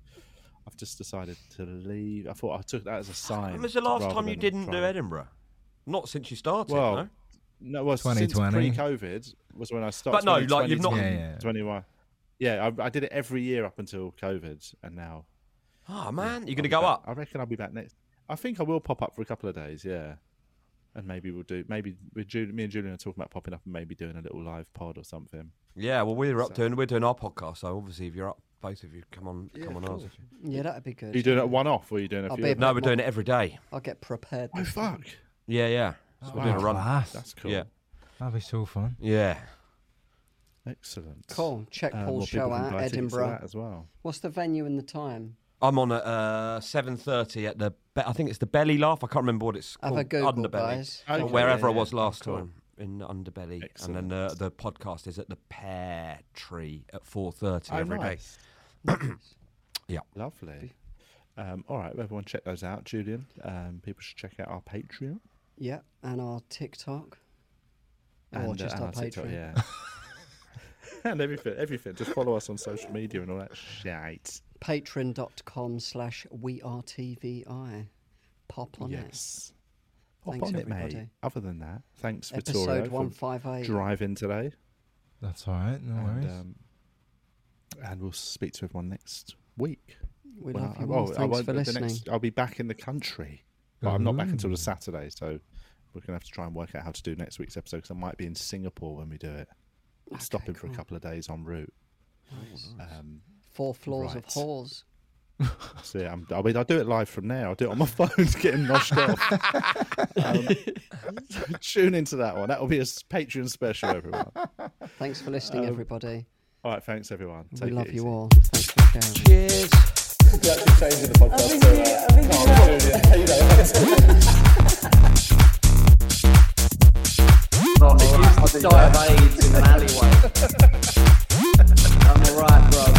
S3: I've just decided to leave. I thought I took that as a sign.
S7: When was the
S3: Um,
S7: last
S3: rather
S7: time you
S3: than
S7: didn't
S3: trying
S7: do
S3: to-
S7: Edinburgh? Not since you started,
S3: Well,
S7: no?
S3: no, well,
S5: 2020.
S3: since pre-COVID was when I started.
S7: But no, like, you've not-
S5: Yeah, yeah.
S3: 21. Yeah, I, I did it every year up until COVID, and now
S7: Oh,
S3: I'll
S7: man. You're going to
S3: be
S7: go
S3: back-
S7: up?
S3: I reckon I'll be back next. I think I will pop up for a couple of days. Yeah, and maybe we'll do. Maybe with Julie, me and Julian are talking about popping up and maybe doing a little live pod or something.
S7: Yeah, well, we're up doing we're doing our podcast, so obviously if you're up, both of you come on, come on ours. if you-
S6: Yeah, that'd be
S3: Are you
S6: good.
S3: doing it one off, or are you doing a
S6: I'll
S3: few?
S6: be
S3: of
S6: a
S3: them?
S7: No, we're doing it every day.
S6: I'll get prepared.
S3: Oh fuck!
S7: Yeah, yeah.
S6: Oh,
S7: So we're doing a run.
S5: Class.
S3: That's cool.
S7: Yeah,
S5: That'd be so fun.
S7: yeah.
S3: Excellent.
S6: Cool. Check
S3: Um,
S6: Paul's
S3: well, people
S6: show
S3: can
S6: out,
S3: buy tickets to that
S6: Edinburgh.
S3: as well.
S6: What's the venue and the time?
S7: I'm on at uh, 7:30 at the Be- I think it's the Belly Laugh. I can't remember what it's
S6: Have
S7: called.
S6: a Google,
S7: Underbelly.
S6: guys.
S7: Or
S3: Okay,
S7: wherever
S3: yeah,
S7: I was
S3: yeah.
S7: last
S3: Cool.
S7: time in Underbelly, and then uh, the podcast is at the Pear Tree at
S6: Oh,
S7: 4:30 every day. Yeah.
S3: Lovely. Um, all right, everyone, check those out, Julian. Um, people should check out our Patreon.
S6: Yeah, and our TikTok. Or just
S3: and
S6: our
S3: TikTok,
S6: Patreon.
S3: yeah. and everything, everything. Just follow us on social media and all that shit.
S6: Patreon.com slash we are TVI. Pop on it.
S3: yes. Hop
S6: Thanks,
S3: on it, mate.
S6: everybody.
S3: Other than that, thanks,
S6: Episode
S3: Vittorio, for
S6: 158.
S3: driving today.
S5: That's all right. No worries.
S3: And, um, and we'll speak to everyone next week.
S6: We
S3: Well,
S6: love
S3: I-
S6: you all.
S3: oh, I
S6: Thanks
S3: won't-
S6: for
S3: the
S6: listening.
S3: next- I'll be back in the country, but I'm not back until the Saturday, so we're gonna have to try and work out how to do next week's episode because I might be in Singapore when we do it, stopping for a couple of days en route. Um,
S6: Four floors of
S3: Right.
S6: halls.
S3: so yeah, I'm, I mean, I'll do it live from there. I'll do it on my phone to get him noshed off. Um, tune into that one. That will be a s- Patreon special, everyone. All
S6: Thanks for listening, everybody.
S3: right, thanks everyone. Um, Take
S6: We
S3: it
S6: love
S3: easy.
S6: you all. Thanks for sharing.
S7: Cheers.
S8: die of AIDS in an alleyway. I'm alright, bro.